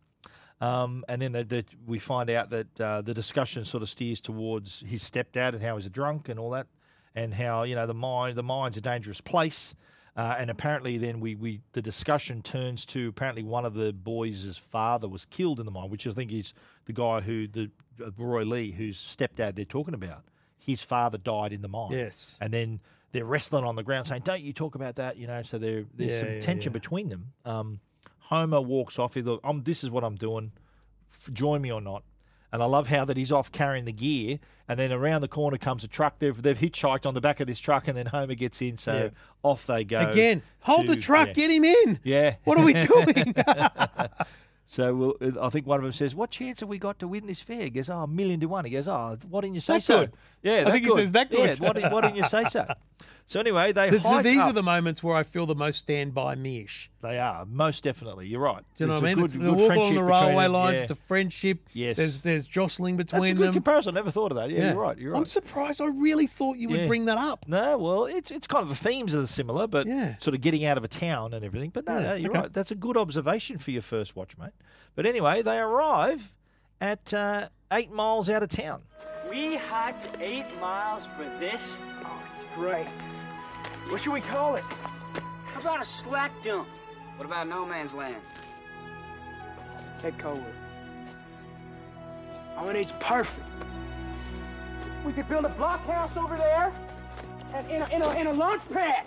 Um, and then the, the, we find out that uh, the discussion sort of steers towards his stepdad and how he's a drunk and all that, and how you know the mine the mine's a dangerous place. Uh, and apparently, then we, we the discussion turns to apparently one of the boys' father was killed in the mine, which I think is the guy who the uh, Roy Lee, whose stepdad they're talking about. His father died in the mine.
Yes.
and then they're wrestling on the ground saying, "Don't you talk about that?" You know, so there there's
Yeah,
some
yeah,
tension
yeah.
between them. Um, Homer walks off. He's like, I'm, this is what I'm doing. F- Join me or not. And I love how that he's off carrying the gear, and then around the corner comes a truck. They've, they've hitchhiked on the back of this truck, and then Homer gets in. So
Yeah.
off they go
Again, hold the
to-
truck,
yeah.
get him in.
Yeah.
What are we doing?
So we'll, I think one of them says, "What chance have we got to win this fair?" He goes, "Oh, a million to one." He goes, "Oh, why didn't you say
That
so?"
good.
Yeah,
I
that
think he
good.
says, "That good."
Yeah, why, did, why didn't you say so? So anyway, they
Th- so
hike
these
up.
are the moments where I feel the most stand by me ish.
They are most definitely. You're right.
Do you know
It's
what I
a good-
mean? it's the
good
walk
friendship
along the
between
railway
them,
lines.
yeah.
It's a friendship.
Yes.
There's there's jostling between
That's a good
them.
comparison. I never thought of that. Yeah,
Yeah.
you're right. You're right.
I'm surprised. I really thought you would
Yeah.
bring that up.
No, well, it's it's kind of the themes are similar, but sort of getting out of a town and everything. But no,
Yeah,
no you're
okay.
right. That's a good observation for your first watch, mate. But anyway, they arrive at uh, eight miles out of town.
We hiked eight miles for this.
Oh, it's great. What should we call it?
How about a slack dump?
What about no man's land?
Take cover. I mean, it's perfect. We could build a blockhouse over there and in a, in a, in a launch pad.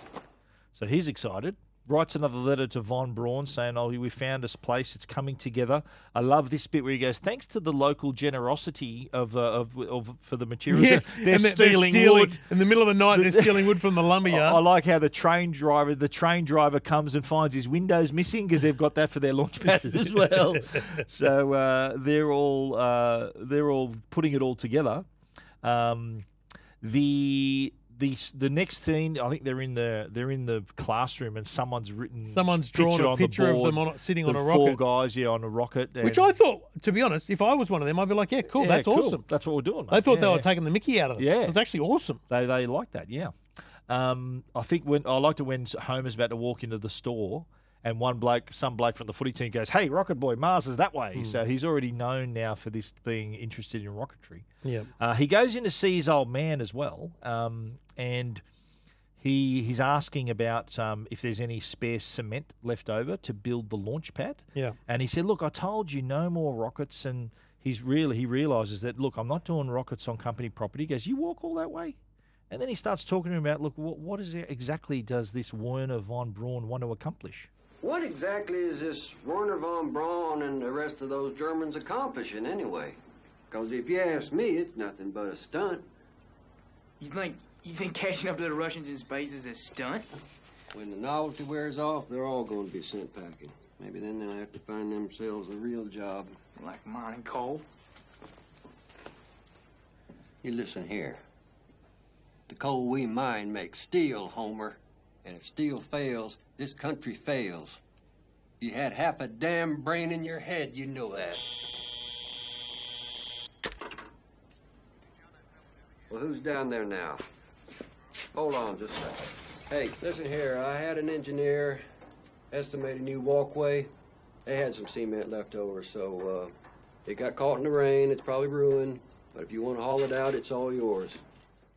So he's excited. Writes another letter to Von Braun saying, Oh, we found this place. It's coming together. I love this bit where he goes, Thanks to the local generosity of, uh, of, of for the materials. they're,
and
they're stealing wood.
in the middle of the night. They're stealing wood from the lumber
I,
yard.
I like how the train driver, the train driver comes and finds his windows missing because they've got that for their launch pad as well. so uh, they're all uh, they're all putting it all together. Um, the the s- the next scene, I think they're in the they're in the classroom and someone's written
Someone's drawn a
on the
picture of
board,
them on a- sitting on
the
a
Four
rocket.
guys, yeah, on a rocket.
Which
and-
I thought, to be honest, if I was one of them, I'd be like, yeah, cool,
Yeah,
that's
cool.
awesome.
That's what we're doing.
I
mate.
thought
Yeah,
they were
yeah.
taking the mickey out of it.
Yeah,
It was actually awesome.
They they like that. Yeah, um, I think when I liked it when Homer's about to walk into the store and one bloke, some bloke from the footy team goes, "Hey, Rocket Boy, Mars is that way." So he's already known now for this being interested in rocketry.
Yeah.
Uh, he goes in to see his old man as well, um, and he he's asking about um, if there's any spare cement left over to build the launch pad.
Yeah.
And he said, "Look, I told you no more rockets." And he's really he realizes that look, I'm not doing rockets on company property. He goes, "You walk all that way." And then he starts talking to him about, look, what, what is it exactly does this Werner von Braun want to accomplish?
What exactly is this Werner von Braun and the rest of those Germans accomplishing anyway? Because if you ask me, it's nothing but a stunt.
You think you think catching up to the Russians in space is a stunt?
When the novelty wears off, they're all going to be sent packing. Maybe then they'll have to find themselves a real job. Like mining coal? You listen here. The coal we mine makes steel, Homer. And if steel fails, this country fails. You had half a damn brain in your head, you know that. Well, who's down there now? Hold on just a second. Hey, listen here. I had an engineer estimate a new walkway. They had some cement left over, so uh, it got caught in the rain. It's probably ruined. But if you want to haul it out, it's all yours.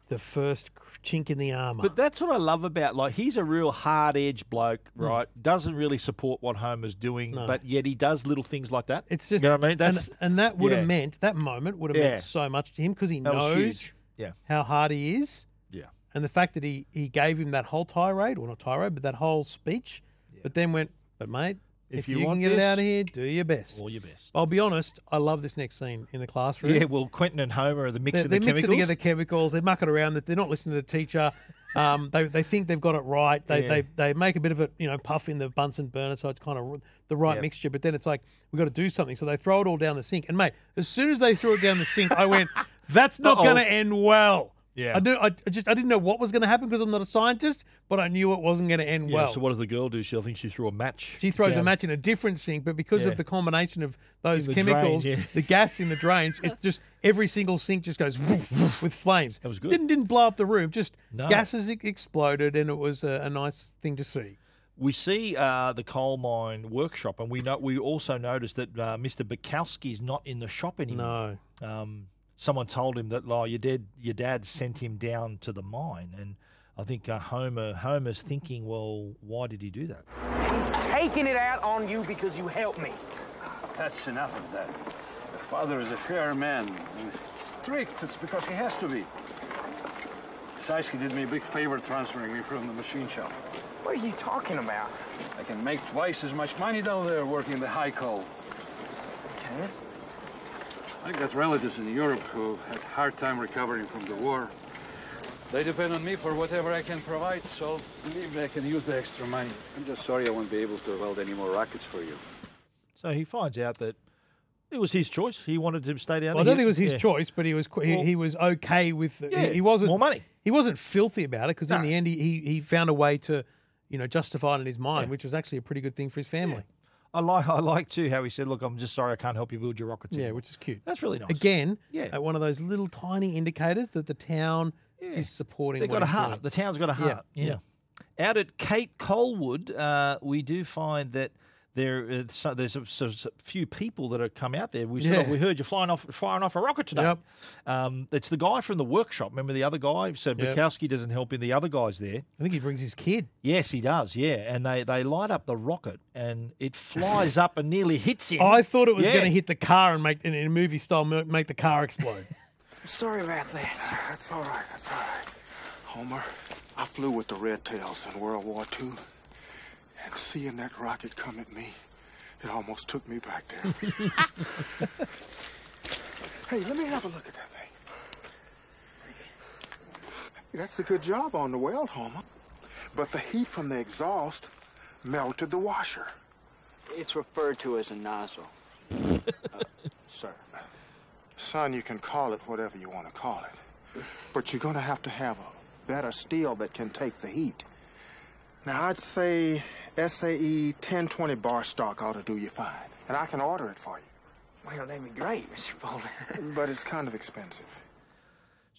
The first cr- chink in the armour.
But that's what I love about like he's a real hard edge bloke, right? Doesn't really support what Homer's doing,
Mm. No.
but yet he does little things like that.
It's just,
you know what I mean. That's
and, and that would have
yeah.
meant that moment would have
Yeah.
meant so much to him because he
That was
knows
huge. Yeah.
how hard he is.
Yeah.
and the fact that he he gave him that whole tirade, or not tirade, but that whole speech, but then went, but mate, if,
If
you,
you
can
want
get it
this,
out of here, do your best.
all your best.
I'll be honest, I love this next scene in the classroom.
Yeah, well, Quentin and Homer are the mix
they're,
of
they're
the
mixing
chemicals.
together chemicals. They're mucking around. That they're not listening to the teacher. Um, they, they think they've got it right. They,
Yeah.
they they make a bit of it, you know, puff in the Bunsen burner, so it's kind of the right
Yep.
mixture. But then it's like we've got to do something. So they throw it all down the sink. And mate, as soon as they threw it down the sink, I went, "That's not
Uh-oh.
going to end well."
Yeah.
I knew. I I just I didn't know what was going to happen because I'm not a scientist, but I knew it wasn't going to end
Yeah,
well.
So what does the girl do? She I think she threw a match.
She throws a
down.
match in a different sink, but because
Yeah.
of the combination of those
the
chemicals,
drains, yeah.
the gas in the drains, it's just every single sink just goes woof, woof with flames. That was
good.
Didn't didn't blow up the room. Just
No.
gases e- exploded, and it was a, a nice thing to see.
We see uh, the coal mine workshop, and we know we also notice that uh, Mr. Bukowski is not in the shop anymore. No. Um, someone told him that, like, your dad, your dad sent him down to the mine, and I think uh, Homer Homer's thinking, well, why did he do that?
He's taking it out on you because you helped me.
That's enough of that. The father is a fair man. Strict, it's because he has to be. Besides, he did me a big favor transferring me from the machine shop.
What are you talking about?
I can make twice as much money down there working the high coal.
Okay.
I got relatives in Europe who've had hard time recovering from the war. They depend on me for whatever I can provide, so believe me, I can use the extra money. I'm just sorry I won't be able to weld any more rockets for you.
So he finds out that it was his choice. He wanted to stay down.
Well, I
there.
don't think it was his
Yeah.
choice, but he was qu- he,
Well-
he was okay with. the- he-
Yeah,
he, wasn't
more money.
He wasn't filthy about it because in the end he, he he found a way to, you know, justify it in his mind, which was actually a pretty good thing for his family.
I like I like too how he said, "Look, I'm just sorry I can't help you build your rockets."
Yeah,
anymore."
which is cute.
That's really nice.
Again,
Yeah.
uh, one of those little tiny indicators that the town is supporting.
They've
what
got a
he's
heart.
doing.
The town's got a
Yeah,
heart. Yeah. Out at Cape Colwood, uh, we do find that There, uh, so there's a, so, so few people that have come out there. We said,
Yeah.
"Oh, we heard you flying off, firing off a rocket today.
Yep.
Um, it's the guy from the workshop. Remember the other guy? So
Yep.
Bukowski doesn't help in the other guys there.
I think he brings his kid.
Yes, he does. Yeah, and they they light up the rocket, and it flies up and nearly hits him.
I thought it was
Yeah.
going to hit the car and make, in a movie style, ma- make the car explode.
I'm sorry about that. That's all right. That's all right.
Homer, I flew with the Red Tails in World War II, and seeing that rocket come at me, it almost took me back there. hey, let me have a look at that thing. That's a good job on the weld, Homer. But the heat from the exhaust melted the washer.
It's referred to as a nozzle. Uh, sir.
Son, you can call it whatever you want to call it, but you're going to have to have a better steel that can take the heat. Now, I'd say SAE 1020 bar stock ought to do you fine, and I can order it for you,
Well, that'd be great, Mr. Bolden.
but it's kind of expensive.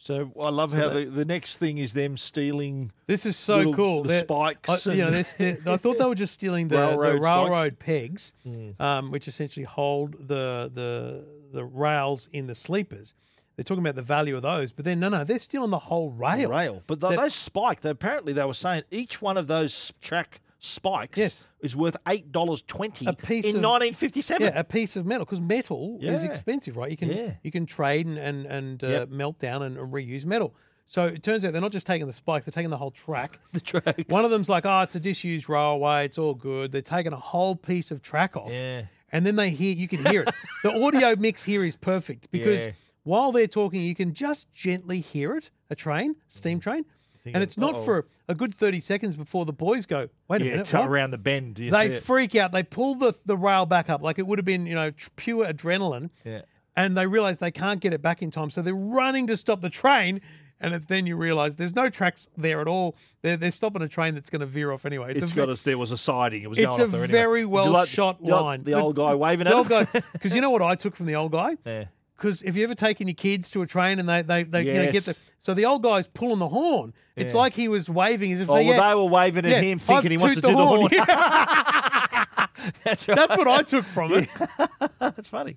So I love
So
how
that-
the, the next thing is them stealing.
This is so
little-
cool.
The
They're-
spikes.
I, you know,
and-
this, they- I thought they were just stealing the the railroad,
Railroad spikes.
pegs,
Mm.
um, which essentially hold the the the rails in the sleepers. They're talking about the value of those, but then no, no, they're stealing the whole rail.
rail, but th- those spike. They, apparently, they were saying each one of those track spikes is worth eight dollars twenty
a piece
in
of-
1957.
Yeah, a piece of metal because metal is
Yeah.
expensive, right? You can
Yeah.
you can trade and and, and uh,
Yep.
melt down and, and reuse metal. So it turns out they're not just taking the spikes; they're taking the whole track. the track. One of them's like, "Oh, it's a disused railway. It's all good." They're taking a whole piece of track off. Yeah. And then they hear you can hear it. the audio mix here is perfect because
Yeah.
while they're talking, you can just gently hear it. A train, steam train.
Thinking,
and it's not
Mm. "Uh-oh."
for a good 30 seconds before the boys go, wait a
Yeah,
minute.
it's
what?"
around the bend. you see
They
it.
freak out. They pull the, the rail back up like it would have been, you know, tr- pure adrenaline.
Yeah.
And they realize they can't get it back in time. So they're running to stop the train. And it- then you realize there's no tracks there at all. They're, they're stopping a train that's going to veer off anyway.
it's
a
got
ve-
us. There was a siding. It was
it's
going
a
off there anyway.
very
Do you
well
like-
shot
do you like
line.
The old guy waving
the
at
old
us.
Because you know what I took from the old guy?
Yeah.
Because if you ever taken your kids to a train and they, they, they you know, get
Yes.
the. So the old guy's pulling the horn. It's
Yeah.
like he was waving as if
Oh,
say,
well,
yeah,
they were waving at
yeah,
him,
I've
thinking he wants to
toot
do the horn.
That's
right.
what I took from it.
That's funny.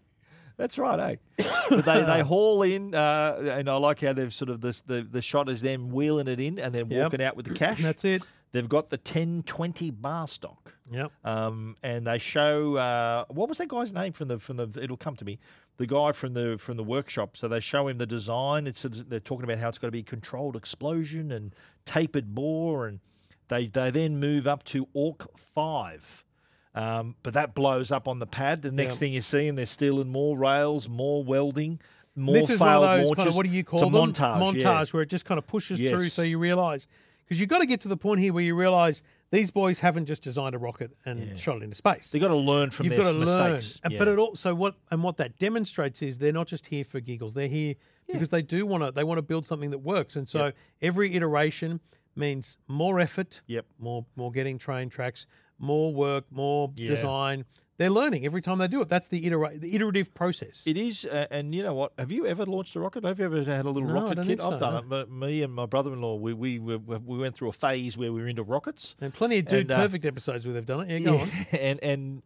That's right, eh? But they, they haul in, uh, and I like how they've sort of the, the the shot is them wheeling it in and then
Yep.
walking out with the cash.
That's it.
They've got the ten twenty bar stock.
Yep.
Um, and they show uh, what was that guy's name from the from the it'll come to me the guy from the from the workshop. So they show him the design. It's they're talking about how it's got to be controlled explosion and tapered bore, and they they then move up to Orc five. Um, but that blows up on the pad. The next
Yeah.
thing you see, and they're stealing more rails, more welding, more
this is one
failed
of those
launches.
kind of what do you call
it's a
them?
Montage.
Montage, where it just kind of pushes through, so
Yes.
you realise because you've got to get to the point here where you realise these boys haven't just designed a rocket and shot it into space.
They've got to learn from
You've
their
got to
mistakes.
learn, And-
Yeah.
but it also what and what that demonstrates is they're not just here for giggles. They're here because they do want to. They want to build something that works, and so
Yep.
every iteration means more effort.
Yep.
More more getting train tracks, more work, more
Yeah.
design. They're learning every time they do it. That's the iterate the iterative process.
It is, uh, and you know what? Have you ever launched a rocket? Have you ever had a little
No, I
rocket
don't
kit?
think so,
I've done
no.
it. But me and my brother-in-law, we we were, we went through a phase where we were into rockets.
And plenty of Dude
And, uh,
Perfect episodes where they've done it. Yeah, go on.
And and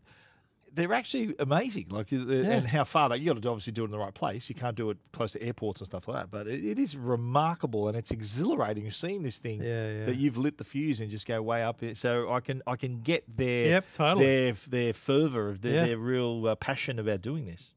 they're actually amazing. Like uh, and how far they you got to obviously do it in the right place. You can't do it close to airports and stuff like that. But it, it is remarkable and it's exhilarating seeing this thing
Yeah, yeah.
that you've lit the fuse and just go way up. It. So I can I can get their
Yep, totally.
their their fervor of their,
Yeah.
their real uh, passion about doing this.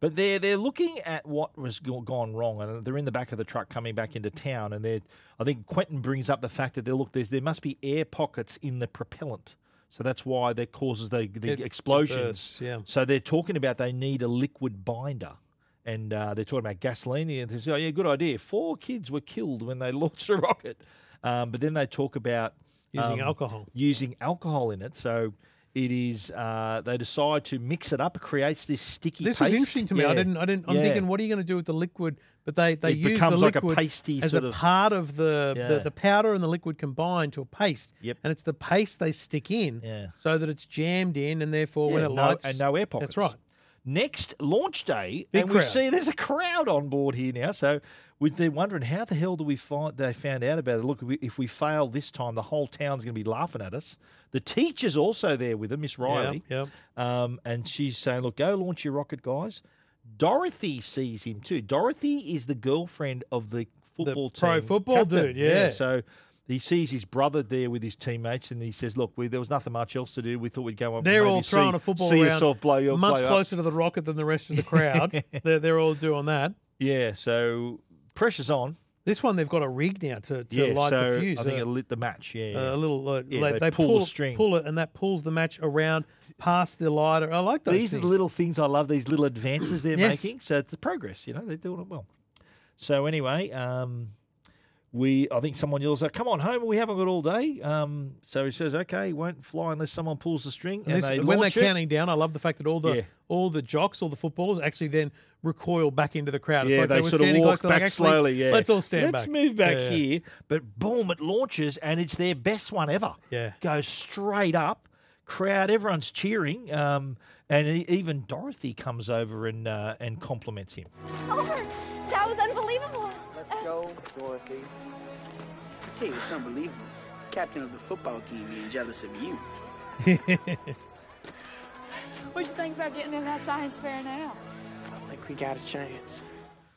But they're they're looking at what was go- gone wrong, and they're in the back of the truck coming back into town, and they're. I think Quentin brings up the fact that they look there's there must be air pockets in the propellant, so that's why that causes the, the
It- it
explosions.
bursts, yeah.
So they're talking about they need a liquid binder. And uh, they're talking about gasoline. And they say, oh, yeah, good idea. Four kids were killed when they launched a rocket. Um, but then they talk about
Using
um,
alcohol.
Using alcohol in it. So it is, uh, they decide to mix it up. It creates this sticky
This was
paste.
interesting to me. I
Yeah,
didn't. I didn't. I'm
yeah.
thinking, what are you going to do with the liquid? But they they
It
use
becomes
the
like a
liquid
pasty
as
sort
a
of-
part of the,
Yeah.
the the powder and the liquid combine to a paste.
Yep.
And it's the paste they stick in,
Yeah.
so that it's jammed in, and therefore when
Yeah,
it
no-
lights
and no air pockets.
That's right.
Next launch day,
Big
and we
crowd.
see there's a crowd on board here now. So we, they're wondering how the hell do we find they found out about it? Look, we, if we fail this time, the whole town's going to be laughing at us. The teacher's also there with them, Miss Riley,
yep.
Um, and she's saying, "Look, go launch your rocket, guys." Dorothy sees him too. Dorothy is the girlfriend of the football team,
pro football
captain.
dude, yeah.
So he sees his brother there with his teammates, and he says, "Look, we, there was nothing much else to do. We thought we'd go up." and
They're all
maybe see-
throwing a football
see
around
yourself blow your
much
blow up."
closer to the rocket than the rest of the crowd. they're, they're all doing that.
Yeah, so pressure's on.
This one they've got a rig now to, to
yeah,
light
so
the fuse.
I think
uh,
it lit the match. Yeah, yeah.
a little uh,
Yeah,
like
they,
they,
pull,
pull
the string.
pull it, and that pulls the match around past the lighter. I like those.
These are
things.
the little things I love. These little advances they're
Yes.
making. So it's the progress. You know, they're doing it well. So anyway, um, we I think someone yells out, "Come on, Homer! We haven't got all day." Um, so he says, "Okay, won't fly unless someone pulls the string." And,
And this-
they
when they're
launch it.
counting down, I love the fact that all the
Yeah.
all the jocks, all the footballers, actually then recoil back into the crowd. It's
Yeah,
like
they,
were
sort of
standing
walk
close, they're like,
back
"Actually,
slowly. Yeah,
let's all stand
Let's
back.
move back
Yeah.
here. But boom, it launches, and it's their best one ever.
Yeah.
goes straight up. Crowd, everyone's cheering, um, and e- even Dorothy comes over and uh, and compliments him.
Homer, Oh, that was unbelievable.
Let's go, Dorothy. I tell you, it's unbelievable. Captain of the football team being jealous of you.
What'd you think about getting in that science fair now?
I think we got a chance.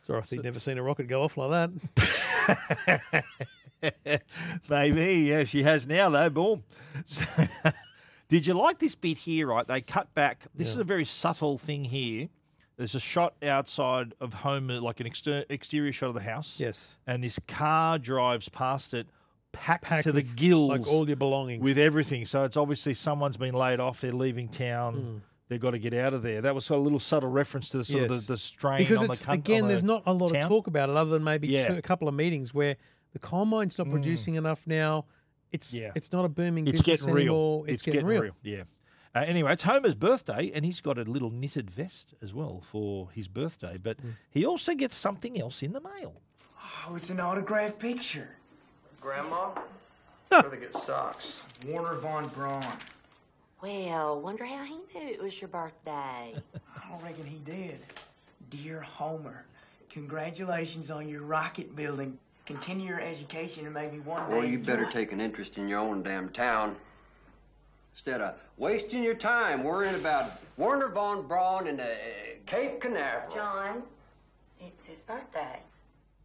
Dorothy never seen a rocket go off like that.
Maybe, yeah, she has now though. Boom. So, did you like this bit here? Right, they cut back. This is a very subtle thing here. There's a shot outside of Homer, like an exter- exterior shot of the house.
Yes.
And this car drives past it, packed,
Packed
to the
with,
gills,
like, all your belongings.
with everything. So it's obviously someone's been laid off. They're leaving town.
Mm.
They've got to get out of there. That was sort of a little subtle reference to the sort
Yes.
of the, the strain
because
on the
it's,
coun- on
again, there's
the
not a lot
town.
of talk about it other than maybe
Yeah. Mm.
two, a couple of meetings where the coal mine's not producing enough now. It's
Yeah.
it's not a booming
It's
business
getting real.
anymore.
It's getting real, Yeah. Uh, anyway, it's Homer's birthday, and he's got a little knitted vest as well for his birthday. But
Mm.
he also gets something else in the mail.
Oh, it's an autographed picture.
Grandma?
Where they get socks. Warner von Braun.
Well, wonder how he knew it was your birthday.
I don't reckon he did. Dear Homer, congratulations on your rocket building. Continue your education and maybe one day.
Well, you better take an interest in your own damn town. Instead of wasting your time worrying about Werner von Braun and uh, Cape Canaveral.
John, it's his birthday.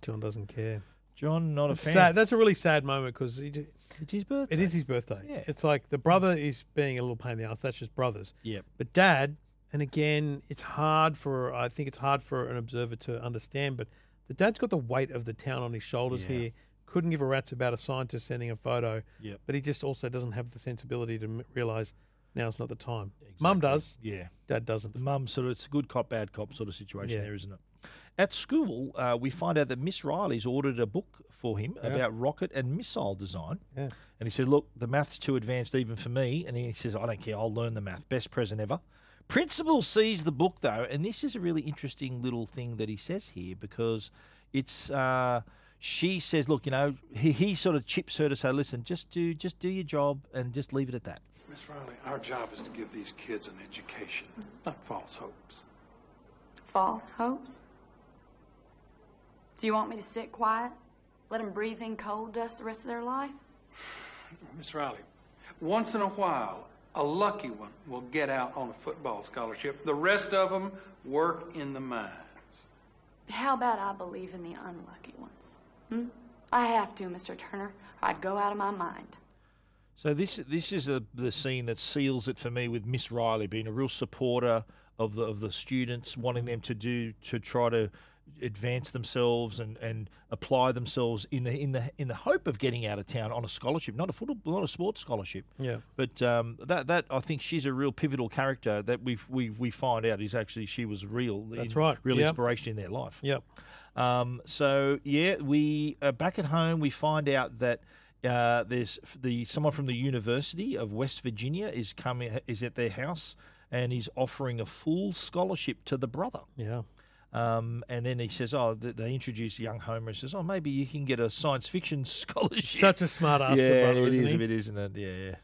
John doesn't care.
John, not a
It's
fan.
sad. That's a really sad moment because it's
his birthday.
It is his birthday.
Yeah.
It's like the brother is being a little pain in the ass. That's just brothers.
Yep.
But dad, and again, it's hard for I think it's hard for an observer to understand. But the dad's got the weight of the town on his shoulders
Yeah.
here. Couldn't give a rat's about a scientist sending a photo.
Yep.
But he just also doesn't have the sensibility to m- realize now's not the time. Mum does.
Yeah.
Dad doesn't.
The mum sort of it's a good cop, bad cop sort of situation
Yeah.
there, isn't it? At school, uh, we find out that Miss Riley's ordered a book for him
Yeah.
about rocket and missile design.
Yeah.
And he said, Look, the math's too advanced even for me. And he says, I don't care, I'll learn the math. Best present ever. Principal sees the book, though, and this is a really interesting little thing that he says here because it's. Uh, she says, "Look, you know, he, he sort of chips her to say, listen, just do just do your job and just leave it at that.'
Miss Riley, our job is to give these kids an education, not false hopes.
False hopes?
Do you want me to sit quiet? Let them breathe in coal dust the rest of their life?
Miss Riley, once in a while, a lucky one will get out on a football scholarship. The rest of them work in the mines.
How about I believe in the unlucky ones? Hmm? I have to, Mr. Turner, or I'd go out of my mind.
So this this is a, the scene that seals it for me with Miss Riley being a real supporter of the of the students, wanting them to do to try to advance themselves and, and apply themselves in the in the in the hope of getting out of town on a scholarship, not a football, not a sports scholarship.
Yeah.
But um, that that I think she's a real pivotal character that we we we find out is actually she was real.
That's
in-
right.
Real
Yep.
inspiration in their life.
Yep.
Um, so yeah, we uh, back at home. We find out that uh, there's f- the someone from the University of West Virginia is coming is at their house and he's offering a full scholarship to the brother.
Yeah.
Um, and then he says, "Oh, th- they introduce young Homer and says, oh, maybe you can get a science fiction scholarship.'
Such a smart ass, the
Yeah,
brother,
it
isn't
is
he?
a bit, isn't it? Yeah, yeah.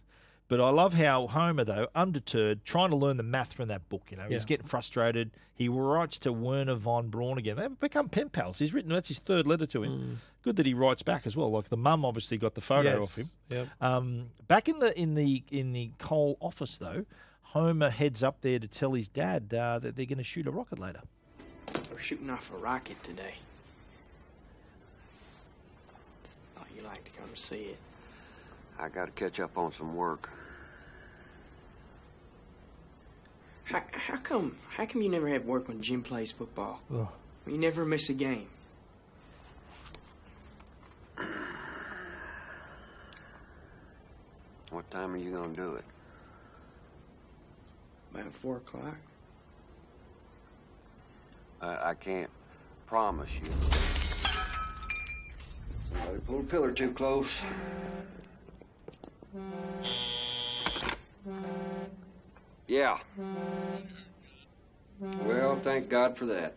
But I love how Homer, though, undeterred, trying to learn the math from that book. You know, he's
Yeah.
getting frustrated. He writes to Werner von Braun again. They've become pen pals. He's written that's his third letter to him. Good that he writes back as well. Like the mum obviously got the photo
Hmm. Yes.
off him.
Yep.
Um, back in the in the in the coal office though, Homer heads up there to tell his dad uh, that they're going to shoot a rocket later.
We're shooting off a rocket today. Thought you'd Oh, like to come see it.
I gotta catch up on some work.
How, how come? How come you never have work when Jim plays football?
Ugh.
You never miss a game.
What time are you gonna do it?
About four o'clock.
I, I can't promise you. Somebody pulled a pillar too close. Yeah. Well, thank God for that.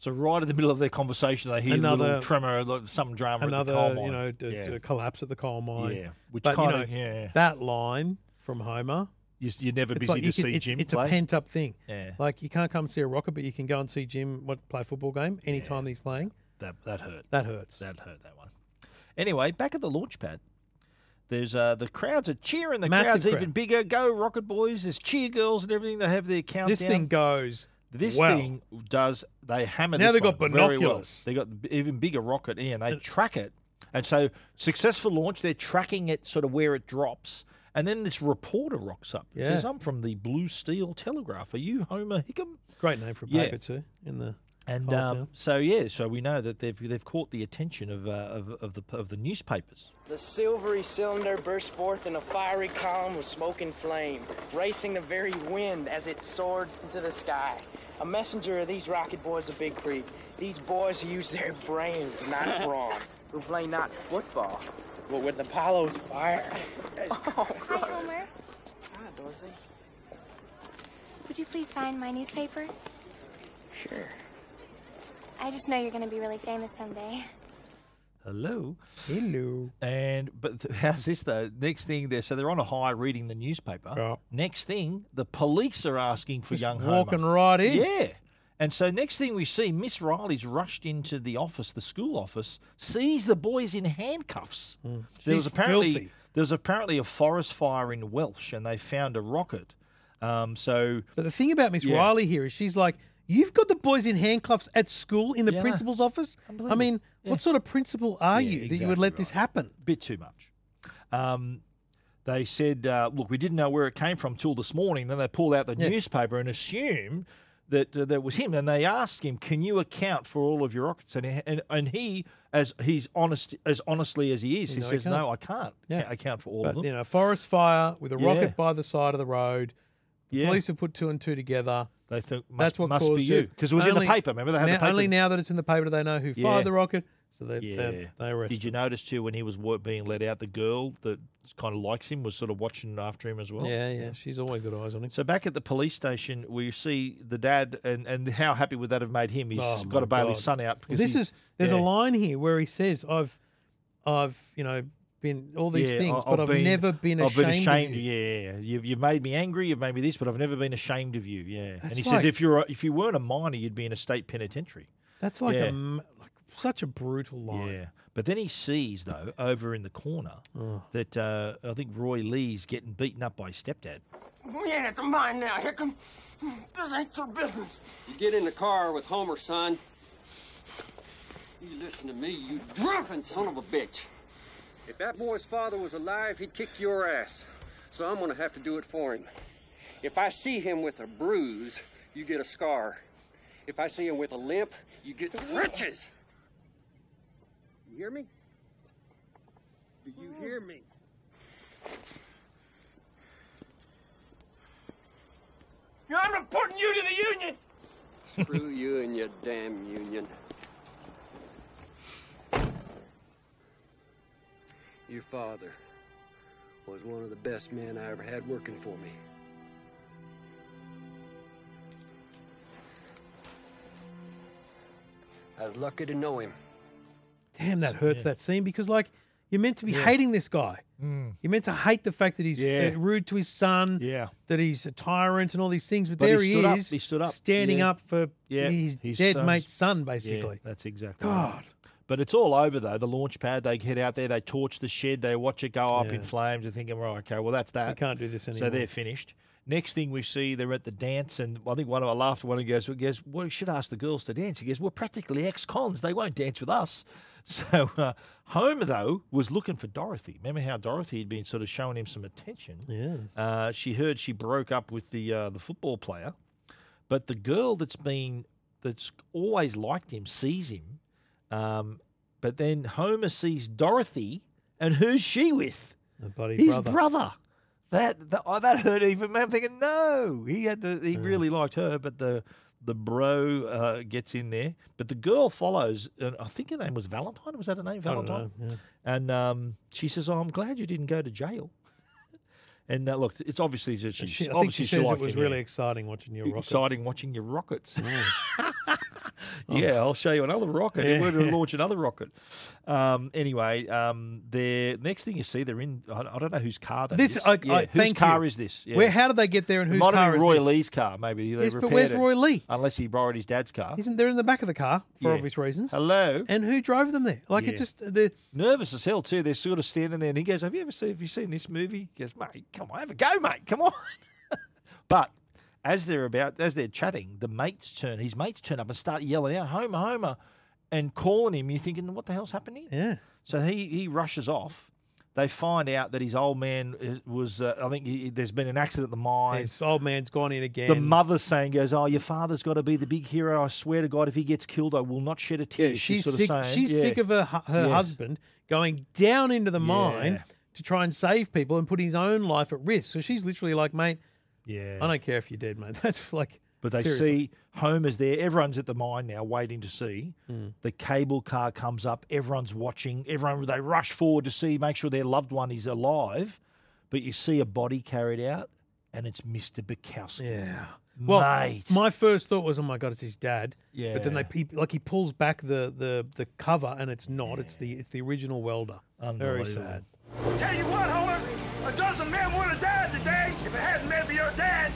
So right in the middle of their conversation, they hear another
Another-
little tremor, like some drama
Another,
at the coal mine.
you know, d-
Yeah.
d- collapse at the coal mine.
Yeah, which
But, you
kinda-
know,
yeah.
That line from Homer.
You, you're never
it's
busy
like
to
you can-
see
it's,
Jim
It's
play.
a pent up thing.
Yeah.
Like you can't come see a rocket, but you can go and see Jim what play a football game anytime he's playing.
That that hurt.
That hurts.
That hurt. That one. Anyway, back at the launch pad, there's uh, the crowds are cheering. The
Massive
crowd's
crowd.
even bigger. Go Rocket Boys! There's cheer girls and everything. They have their countdown.
This thing goes.
This
well.
thing does. They hammer.
Now
this
they've got
one very well.
binoculars.
They got b- even bigger rocket, and they track it. And so successful launch. They're tracking it sort of where it drops. And then this reporter rocks up. and
Yeah.
Says, "I'm from the Blue Steel Telegraph. Are you Homer Hickam?"
Great name for a
Yeah.
paper too. In the
And
coal
um,
town.
so yeah, so we know that they've they've caught the attention of uh, of, of the of the newspapers.
The silvery cylinder burst forth in a fiery column of smoke and flame, racing the very wind as it soared into the sky. A messenger of these rocket boys of Big Creek, these boys who use their brains, not brawn, who play not football, but with Apollo's fire. Oh,
Hi, Homer.
Hi, Dorothy.
Would you please sign my newspaper?
Sure.
I just know you're going to be really famous someday.
Hello.
Hello.
And but th- how's this though? Next thing they're so they're on a high reading the newspaper.
Yeah.
Next thing the police are asking for
Just
young
walking
Homer.
right in.
Yeah. And so next thing we see, Miss Riley's rushed into the office, the school office, sees the boys in handcuffs. There was
Hmm. She's
apparently
filthy.
there was apparently a forest fire in Welsh, and they found a rocket. Um, so
But the thing about Miss
Yeah.
Riley here is she's like, you've got the boys in handcuffs at school in the
Yeah, I know.
principal's office. I
Unbelievable.
mean,
Yeah.
what sort of principal are
Yeah,
you that you would
exactly
let this happen?
bit too much. Um, they said, uh, look, we didn't know where it came from till this morning. Then they pulled out the
Yeah.
newspaper and assumed that uh, that was him. And they asked him, can you account for all of your rockets? And he, and, and he as he's honest as honestly as he is, he
No, he
says, no, I
can't."
can't
Yeah.
ca- account for all of
But
them.
you know, forest fire with a
Yeah.
rocket by the side of the road. The
Yeah.
police have put two and two together.
They think
That's
must-
what
must
caused
be you. 'Cause it was in the paper, remember? They had the
now- Only
paper.
now that it's in the paper do they know who
Yeah.
fired the rocket. So they
yeah,
they, they arrested.
Did you notice too when he was wa- being let out, the girl that kind of likes him was sort of watching after him as well.
yeah, yeah, She's always got eyes on him.
So back at the police station, we see the dad and, and how happy would that have made him? He's
Oh,
got
my
to bail
God.
his son out. Because
this
he-
is there's
yeah.
a line here where he says, "I've, I've, you know, been all these
Yeah, I-
things, but I've,
been-
never been
I've
ashamed."
been
of
ashamed.
you."
yeah, you've, you've made me angry. You've made me this, but I've never been ashamed of you. Yeah, and
That's
he
like-
says if you're a, if you weren't a minor, you'd be in a state penitentiary.
That's like,
Yeah.
a m like such a brutal line.
Yeah. But then he sees, though, over in the corner,
Oh.
that uh, I think Roy Lee's getting beaten up by his stepdad.
Yeah, it's mine now, Hickam. This ain't your business.
You get in the car with Homer, son. You listen to me, you drunken son of a bitch. If that boy's father was alive, he'd kick your ass. So I'm gonna have to do it for him. If I see him with a bruise, you get a scar. If I see him with a limp, you get riches. You hear me? Do you hear me?
I'm reporting you to the union.
Screw you and your damn union. Your father was one of the best men I ever had working for me. I was lucky to know him.
Damn, that hurts that scene because like You're meant to be
Yeah.
hating this guy.
Mm.
You're meant to hate the fact that he's
Yeah.
uh, rude to his son,
Yeah.
that he's a tyrant and all these things. But,
But he
there he,
stood up.
is,
He stood up.
standing
Yeah.
up for
Yeah,
his,
his
dead
son's-
mate's son,
Yeah,
basically.
that's exactly. right.
God.
But it's all over though. The launch pad. They get out there. They torch the shed. They watch it go up
Yeah.
in flames. They're thinking, "Well, okay, well that's that.
We can't do this
So
anymore.
they're finished. Next thing we see, they're at the dance, and I think one of them laughed. One of them goes, well, goes, well, you should ask the girls to dance." He goes, "We're practically ex-cons. They won't dance with us." So uh, Homer though was looking for Dorothy. Remember how Dorothy had been sort of showing him some attention.
Yes.
Uh, she heard she broke up with the uh, the football player, but the girl that's been that's always liked him sees him. Um, but then Homer sees Dorothy, and who's she with?
The bloody
His
brother.
brother. That that, oh, that hurt even. me. I'm thinking, no, he had to, he really liked her, but the the bro uh, gets in there. But the girl follows, and I think her name was Valentine. Was that her name,
I don't
Valentine?
know, yeah.
And um, she says, oh, "I'm glad you didn't go to jail." and that look, it's obviously that she,
She- I think
obviously
she
she,
says it
liked
was
him, yeah.
really exciting watching your rockets.
Exciting watching your rockets. yeah, I'll show you another rocket.
Yeah,
We're going
yeah.
to launch another rocket. Um, anyway, um, the next thing you see, they're in. I, I don't know whose car that
This,
is.
I,
Yeah,
I,
whose
thank
car
you.
is this? Yeah.
Where? How did they get there? And
It
whose
might
car
have
is
been Roy
this?
Lee's car? Maybe they
Yes, but
repaired
where's
it.
Roy Lee?
Unless he borrowed his dad's car.
Isn't there in the back of the car for
Yeah.
obvious reasons?
Hello.
And who drove them there? Like
Yeah.
it just the
nervous as hell too. They're sort of standing there, and he goes, "Have you ever seen? Have you seen this movie?" He goes, "Mate, come on, have a go, mate, come on." but as they're about, as they're chatting, the mates turn. His mates turn up and start yelling out, "Homer, Homer!" and calling him. You're thinking, "What the hell's happening?"
Yeah.
So he he rushes off. They find out that his old man is- was. Uh, I think he, there's been an accident at the mine.
his old man's gone in again.
The mother's saying goes, "Oh, your father's got to be the big hero. I swear to God, if he gets killed, I will not shed a tear."
Yeah, she's
sort
sick.
of saying,
she's
Yeah.
sick of her hu- her
Yeah.
husband going down into the mine
Yeah.
to try and save people and put his own life at risk. So she's literally like, mate,
Yeah.
I don't care if you're dead, mate. That's like.
But they
seriously.
see Homer's there. Everyone's at the mine now, waiting to see.
Hmm.
The cable car comes up. Everyone's watching. Everyone they rush forward to see, make sure their loved one is alive. But you see a body carried out, and it's Mister Bukowski.
Yeah. Well,
Well, mate.
my first thought was, oh my god, it's his dad. But then they
Yeah.
pe- like he pulls back the the the cover, and it's not. It's the it's the original welder. Very
Unbelievable.
sad.
Tell you what, Homer, a dozen men would have died today if it hadn't been for your dad.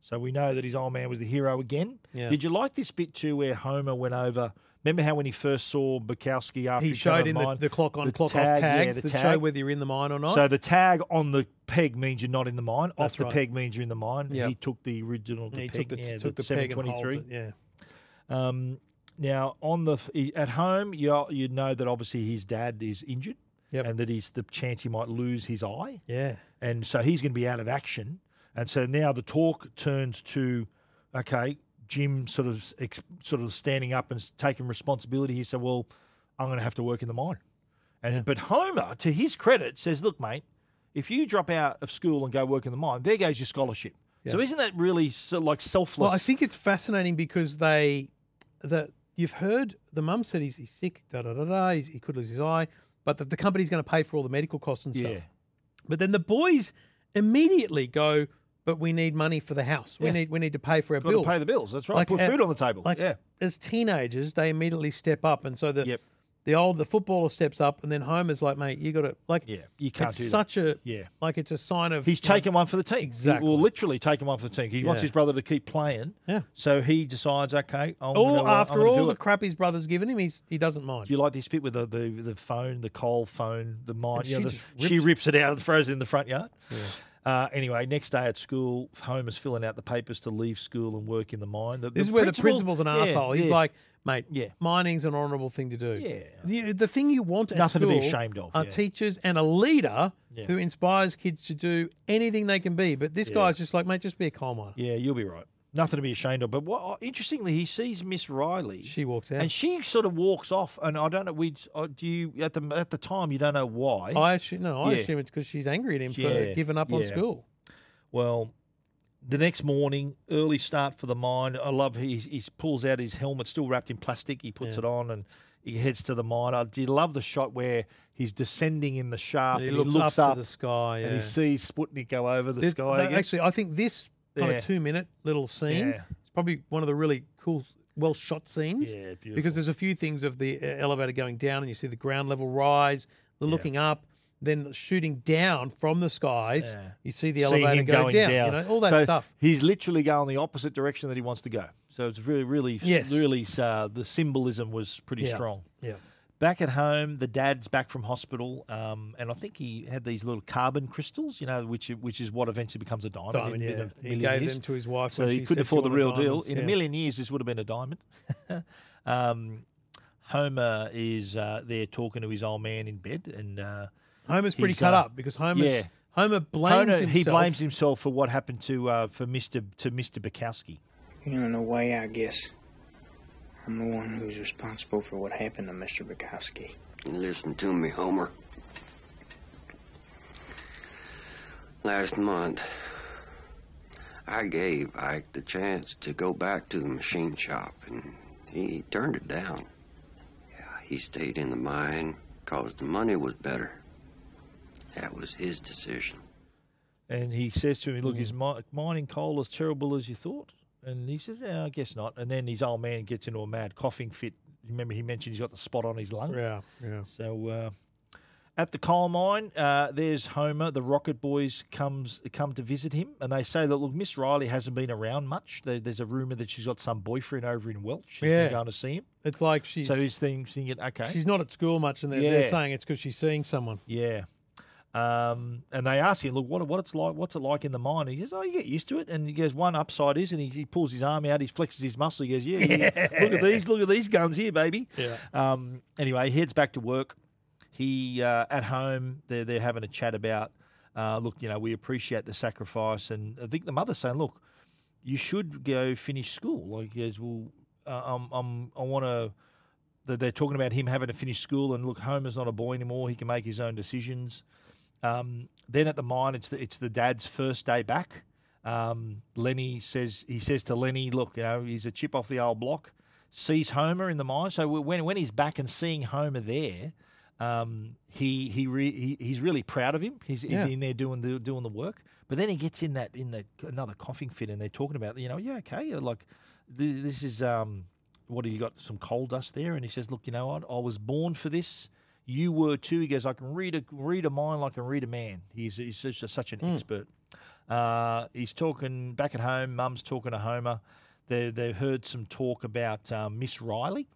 So we know that his old man was the hero again.
Yeah.
Did you like this bit too, where Homer went over? Remember how when he first saw Bukowski after came
He
out
showed
of
him the,
mine,
the clock on,
the
clock off
tag, yeah,
tags
the
that show
tag.
whether you're in the mine or not.
So the tag on the peg means you're not in the mine.
That's
Off the
right.
peg means you're in the mine.
Yeah.
He took the original. The
he
peg,
took the,
yeah,
took the, peg and holds
723.
it. Yeah.
Um, now on the f- i- at home, you you know that obviously his dad is injured, and that he's the chance he might lose his eye.
Yeah.
and so he's going to be out of action. And so now the talk turns to, okay, Jim sort of s- ex, sort of standing up and s- taking responsibility. He said, "Well, I'm going to have to work in the mine." And but Homer, to his credit, says, "Look, mate, if you drop out of school and go work in the mine, there goes your scholarship." So
Yeah.
isn't that really so like selfless?
Well, I think it's fascinating because they, that you've heard the mum said he's, he's sick, da da da da, he's, he could lose his eye, but that the company's going to pay for all the medical costs and stuff.
Yeah.
But then the boys immediately go, but we need money for the house. We
Yeah.
need we need to pay for our
Gotta
bills.
pay the bills, that's right. Put
uh,
food on the table,
Like
yeah.
as teenagers, they immediately step up, and so the the old the footballer steps up, and then Homer's like, mate, you got to like yeah,
you can't
it's
do that.
such a
Yeah.
like it's a sign of
He's
like,
taken one for the team.
Exactly.
He will literally take him off the team. He wants
Yeah.
his brother to keep playing.
Yeah.
So he decides, okay, I'm
all
gonna, uh, I'm
after
gonna
all
do
the
it.
crap his brother's given him, he's, he doesn't mind.
Do you like this bit with the, the, the phone, the coal phone, the mine?
And
you know,
she
the-
just rips
she
it.
rips it out and throws it in the front yard. Uh, anyway, next day at school, Homer's filling out the papers to leave school and work in the mine. The-
This is where the
principal-
principal's an
yeah,
asshole. He's
yeah.
like, mate, yeah. mining's an honourable thing to do.
Yeah.
The, the thing you want at
Nothing to be
school
ashamed of,
Are
yeah.
teachers and a leader
Yeah.
who inspires kids to do anything they can be. But this
Yeah.
guy's just like, mate, just be a coal miner.
Yeah, you'll be right. Nothing to be ashamed of. But what oh, interestingly, he sees Miss Riley. She
walks out,
and she sort of walks off. And I don't know. We uh, do you at the at the time you don't know why.
I assume no, I
Yeah.
assume it's because she's angry at him for
Yeah,
giving up on
yeah.
school.
Well, the next morning, early start for the mine. I love he he pulls out his helmet, still wrapped in plastic. He puts
Yeah.
it on and he heads to the mine. I do love the shot where he's descending in the shaft.
He
and
looks
he looks
up
up,
to the sky,
and
yeah.
he sees Sputnik go over the
This-
sky.
they-
again.
actually, I think this kind
Yeah.
of two minute little scene
Yeah.
is probably one of the really cool, well shot scenes.
Yeah, beautiful.
Because there's a few things of the uh, elevator going down and you see the ground level rise, They're looking up, then shooting down from the skies.
Yeah.
You see the
See
elevator
him
go
going
down, You know, all that
So
stuff.
He's literally going the opposite direction that he wants to go. So it's really, really,
Yes.
really. Uh, the symbolism was pretty
Yeah.
strong.
Yeah.
Back at home, the dad's back from hospital, um, and I think he had these little carbon crystals, you know, which which is what eventually becomes a diamond.
Diamond,
in, in
yeah.
a
He
million
gave
years.
them to his wife
so
when
he
she
couldn't
said she
afford the
wanted
real deal.
diamonds,
In a
yeah.
million years, this would have been a diamond. um, Homer is uh, there talking to his old man in bed, and uh,
Homer's pretty
he's,
cut
uh,
up because Homer's,
yeah.
Homer blames
Homer-
himself.
He blames himself for what happened to uh, for Mister to Mister Bukowski.
You know, in a way, I guess I'm the one who's responsible for what happened to Mr. Bukowski.
Listen to me, Homer. Last month, I gave Ike the chance to go back to the machine shop, and he turned it down. Yeah, he stayed in the mine because the money was better. That was his decision.
And he says to him, "Look, is
Mm.
mi- mining coal as terrible as you thought?" And he says, "Yeah, I guess not." And then his old man gets into a mad coughing fit. Remember, he mentioned he's got the spot on his lung.
Yeah, yeah.
So uh, at the coal mine, uh, there's Homer. The Rocket Boys comes come to visit him, and they say that look, Miss Riley hasn't been around much. There, there's a rumor that she's got some boyfriend over in Welch. She's
Yeah.
been going to see him.
It's like she's
so he's think- thinking, okay,
she's not at school much, and they're, they're
Yeah.
saying it's because she's seeing someone.
Yeah. Um, and they ask him, look, what, what it's like, what's it like in the mine? And he says, oh, you get used to it. And he goes, one upside is, and he, he pulls his arm out, he flexes his muscle. He goes, yeah, yeah, look at these, look at these guns here, baby.
Yeah.
Um, anyway, he heads back to work. He uh, at home, they're they're having a chat about, uh, look, you know, we appreciate the sacrifice, and I think the mother's saying, look, you should go finish school. Like he goes, well, uh, I'm, I'm, I want to. That they're talking about him having to finish school, and look, Homer's not a boy anymore. He can make his own decisions. Um, then at the mine, it's the, it's the dad's first day back. Um, Lenny says he says to Lenny, "Look, you know, he's a chip off the old block." Sees Homer in the mine, so when when he's back and seeing Homer there, um, he he, re, he he's really proud of him. He's,
Yeah.
he's in there doing the doing the work. But then he gets in that in the another coughing fit, and they're talking about you know yeah okay yeah, like th- this is um what have you got some coal dust there? And he says look you know what I was born for this. You were too. He goes I can read a read a mind like I can read a man. He's he's just such an
Mm.
expert. Uh, he's talking back at home. Mum's talking to Homer. They they heard some talk about um, Miss Riley.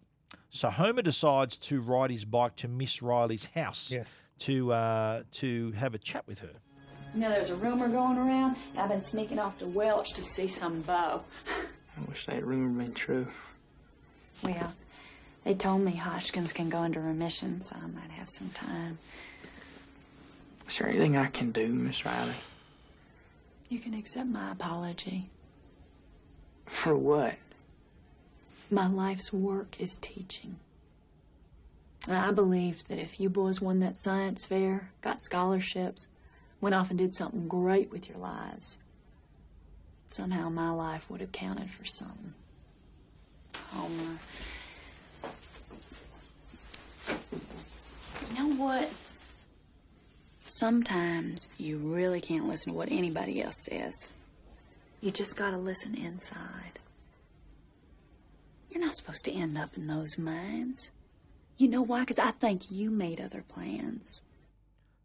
So Homer decides to ride his bike to Miss Riley's house
Yes.
to uh, to have a chat with her.
You know, there's a rumor going around. I've been sneaking off to Welch to see some beau.
I wish that rumor had been true.
Well, they told me Hoskins can go into remission, so I might have some time.
Is there anything I can do, Miss Riley?
You can accept my apology.
For what?
My life's work is teaching. And I believed that if you boys won that science fair, got scholarships, went off and did something great with your lives, somehow my life would have counted for something. Oh, Homer. You know what? Sometimes you really can't listen to what anybody else says. You just gotta listen inside. You're not supposed to end up in those mines. You know why? Because I think you made other plans.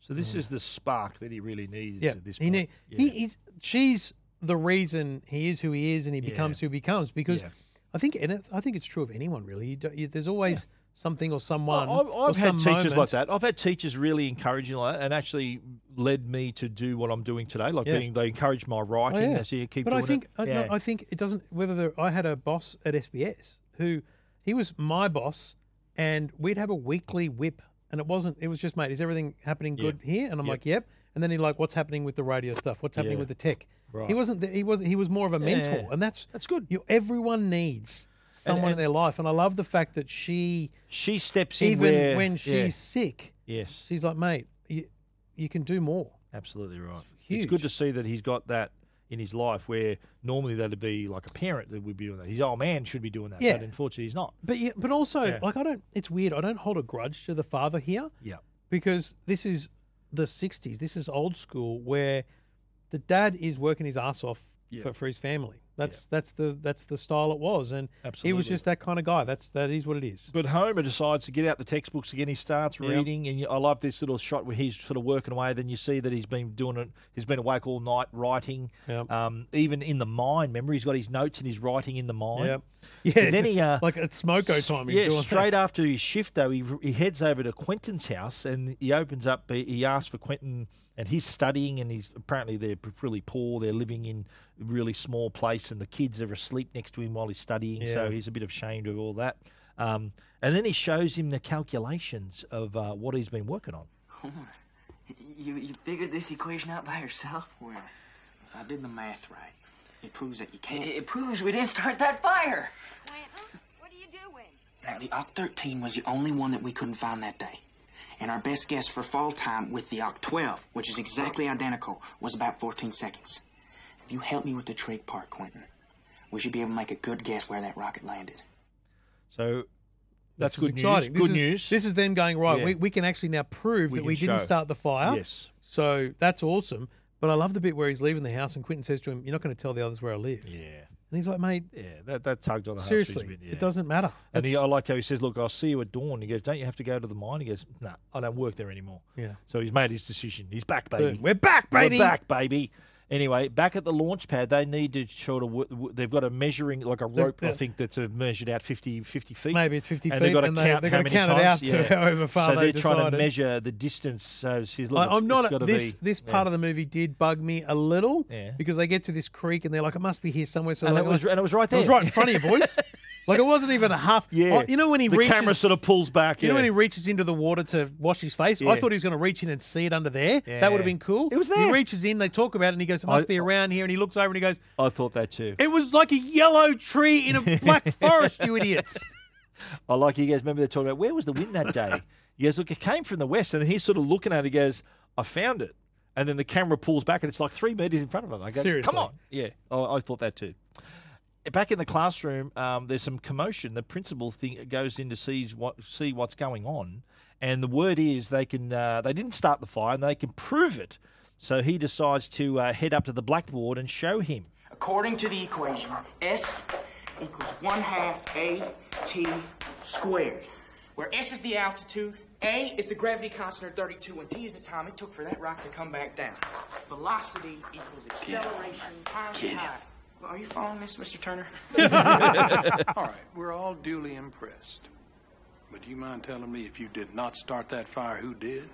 So this is the spark that he really needs
Yeah,
at this
he
point.
need,
Mm. Yeah.
he is. She's the reason he is who he is, and he becomes who he becomes because
Yeah.
I think, and it- I think it's true of anyone really. You don't, you, there's always something or someone.
I've,
or
I've had
some
teachers like
moment-
that. I've had teachers really encouraging like that and actually led me to do what I'm doing today. Like
Yeah.
being, they encouraged my writing.
Oh, yeah.
They say, "Yeah, keep
but
doing
I think
it.
I, no,
Yeah.
I think it doesn't. Whether the, I had a boss at SBS who he was my boss, and we'd have a weekly whip, and it wasn't. It was just, mate, is everything happening good here? And I'm
Yep.
like, yep. And then he like, what's happening with the radio stuff? What's happening
Yeah.
with the tech? He
Right.
wasn't. The, he was. He was more of a mentor,
Yeah.
and that's
that's good.
You everyone needs
And-
someone in
and-
their life, and I love the fact that she
she steps in
even
where-
when
yeah.
she's sick.
Yes.
she's like, mate, you, you can do more.
Absolutely right. It's good
huge.
to see that he's got that in his life where normally that'd be like a parent that would be doing that. His old man should be doing that,
Yeah.
but unfortunately he's not.
But yeah, but also
Yeah.
like I don't. It's weird. I don't hold a grudge to the father here.
Yeah.
Because this is the '60s. This is old school where the dad is working his ass off
Yeah.
for, for his family, That's that's the that's the style it was, and he
Absolutely.
was just that kind of guy. That's that is what it is.
But Homer decides to get out the textbooks again. He starts
Yep.
reading, and you- I love this little shot where he's sort of working away. Then you see that he's been doing it. He's been awake all night writing. Um, even in the mine, remember he's got his notes and he's writing in the mine.
Yep.
And
Yeah,
then
it's
he uh,
like at Smoko time he's
yeah,
doing
straight
that.
after his shift though, he he heads over to Quentin's house and he opens up. He he asks for Quentin, and he's studying, and he's apparently they're p- really poor. They're living in a really small place, and the kids are asleep next to him while he's studying. So
Yeah.
he's a bit ashamed of all that. Um, and then he shows him the calculations of uh, what he's been working on.
Homer, you, you figured this equation out by yourself? Well, if I did the math right, it proves that you can't.
It proves we didn't start that fire.
Now, the Oct 13 was the only one that we couldn't find that day. And our best guess for fall time with the Oct 12, which is exactly identical, was about 14 seconds. If you help me with the trig part, Quentin, we should be able to make a good guess where that rocket landed.
So that's
This is
good
exciting.
news.
This
good
is-
news.
This is then going right.
Yeah.
We, we can actually now prove
We
that we
can
didn't
show.
start the fire.
Yes.
So that's awesome. But I love the bit where he's leaving the house and Quentin says to him, "You're not going to tell the others where I live."
Yeah.
And he's like, "Mate,
yeah, that that tugged on the heartstrings
seriously,
a bit, yeah.
it doesn't matter."
And he,
That's-
I liked how he says, "Look, I'll see you at dawn." He goes, "Don't you have to go to the mine?" He goes, "No, I don't work there anymore."
Yeah.
So he's made his decision. He's back,
Boom.
baby.
We're back, baby!
We're back, baby. Anyway, back at the launch pad, they need to sort of. wo- wo- They've got a measuring, like a
They've-
rope, I
yeah.
think, that's uh, measured out 50, 50 feet.
Maybe it's 50
and
feet,
They've got to
and they-
count
they're
how
gonna
many
count it
times.
out to however far
So
they
are trying to
decided.
measure the distance. So she's
I-
like,
I'm not.
got to
this
be,
this
yeah.
part of the movie did bug me a little
Yeah.
because they get to this creek and they're like, "It must be here somewhere." So
And
they're
it
like,
was-
"Oh,
and it was right
It was
there."
right in front of you, boys. like it wasn't even a half.
Yeah.
Oh, you know when he
The
reaches,
camera sort of pulls back,
You know when
yeah.
he reaches into the water to wash his face.
Yeah.
I thought he was going to reach in and see it under there. That would
Yeah.
have been cool. It was
there.
He reaches in. They talk about it, and he goes, "It
I-
must be around here." And he looks over and he goes,
I thought that too.
"It was like a yellow tree in a black forest, you idiots."
I like you guys. Remember they're talking about where was the wind that day? He goes, look, it came from the west, and then he's sort of looking at it. He goes, I found it, and then the camera pulls back, and it's like three meters in front of him. I go,
Seriously.
come on, yeah. I, I thought that too. Back in the classroom, um, there's some commotion. The principal thing goes in to sees what see what's going on, and the word is they can uh, they didn't start the fire and they can prove it. So he decides to uh, head up to the blackboard and show him.
According to the equation, S equals 1 half AT squared, where S is the altitude, A is the gravity constant or 32, and T is the time it took for that rock to come back down. Velocity equals acceleration times
Get him.
time. Well, Are you following this, Mr. Turner?
all right, we're all duly impressed. But do you mind telling me if you did not start that fire, who did?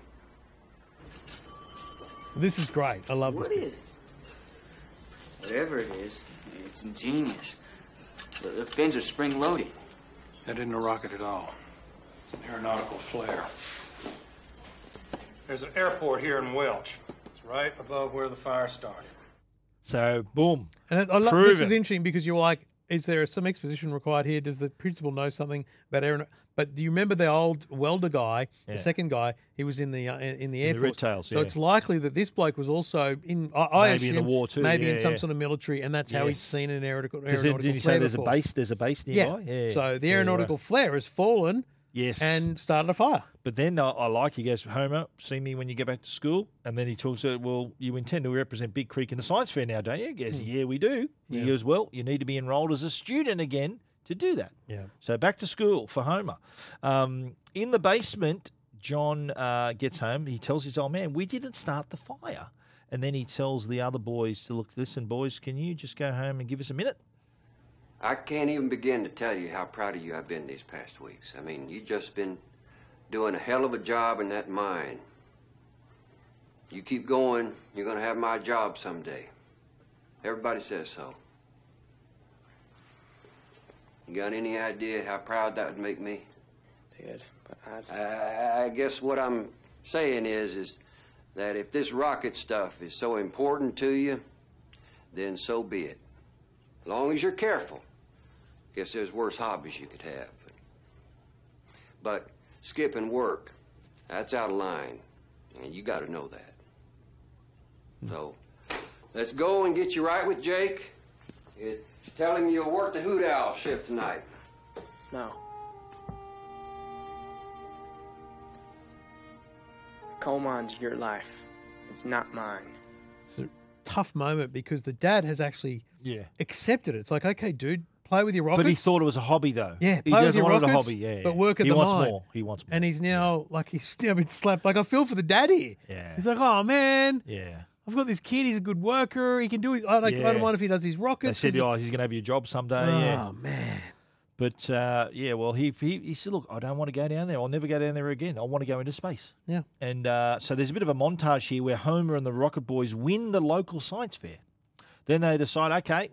this is great. I love
What
this.
is
bit.
Whatever it is, it's ingenious. The, the fins are spring loaded. That isn't a rocket at all. It's an aeronautical flare. There's an airport here in Welch. It's right above where the fire started.
So boom,
And I love,
Prove
this is
it.
interesting because you're like, is there some exposition required here? Does the principal know something about Aaron? But do you remember the old welder guy,
Yeah.
the second guy? He was in the uh, in the air
the
force.
Red Tails,
so
yeah.
it's likely that this bloke was also in. I, I
Maybe in the
assume
war too,
Maybe in
yeah,
some
yeah.
sort of military, and that's how he's
Yes.
seen an aeronautical.
'Cause then
aeronautical
didn't you say
flare
there's a
before.
base- there's a base nearby? Yeah.
So the
Yeah, right.
aeronautical flare has fallen.
Yes.
And started a fire.
But then I, I like he goes, Homer, see me when you go back to school. And then he talks to, well, you intend to represent Big Creek in the science fair now, don't you? He goes, yeah, we do.
Hmm. Yeah.
He goes, well, you need to be enrolled as a student again to do that.
Yeah.
So back to school for Homer. Um, in the basement, John uh, gets home. He tells his old man, we didn't start the fire. And then he tells the other boys to look, listen, boys, can you just go home and give us a minute?
I can't even begin to tell you how proud of you I've been these past weeks. I mean, you've just been doing a hell of a job in that mine. You keep going, you're going to have my job someday. Everybody says so. You got any idea how proud that would make me? Dad, but I... I, I guess what I'm saying is, is that if this rocket stuff is so important to you, then so be it. As long as you're careful. Guess there's worse hobbies you could have. But skipping work, that's out of line. And you got to know that. So let's go and get you right with Jake. It, tell him you'll work the hoot owl shift tonight.
No. Coal mine's your life. It's not mine.
tough moment because the dad has actually
Yeah.
accepted it. It's like, okay, dude, play with your rockets.
But he thought it was a hobby, though.
Yeah,
he
play with
doesn't
your
want it a
rockets,
hobby. Yeah,
but work at
he
the
wants
mine.
more. He wants more.
And he's now like he's now been slapped. Like I feel for the daddy.
Yeah.
He's like, oh man,
Yeah.
I've got this kid. He's a good worker. He can do. His, I, like, I
Yeah.
don't mind if he does his
They
rockets.
said,
He's-
"Oh, he's going to have your job someday." yeah.
Oh, man.
But uh, yeah, well, he, he he said, "Look, I don't want to go down there. I'll never go down there again. I want to go into space."
Yeah.
And uh, so there's a bit of a montage here where Homer and the Rocket Boys win the local science fair. Then they decide, okay,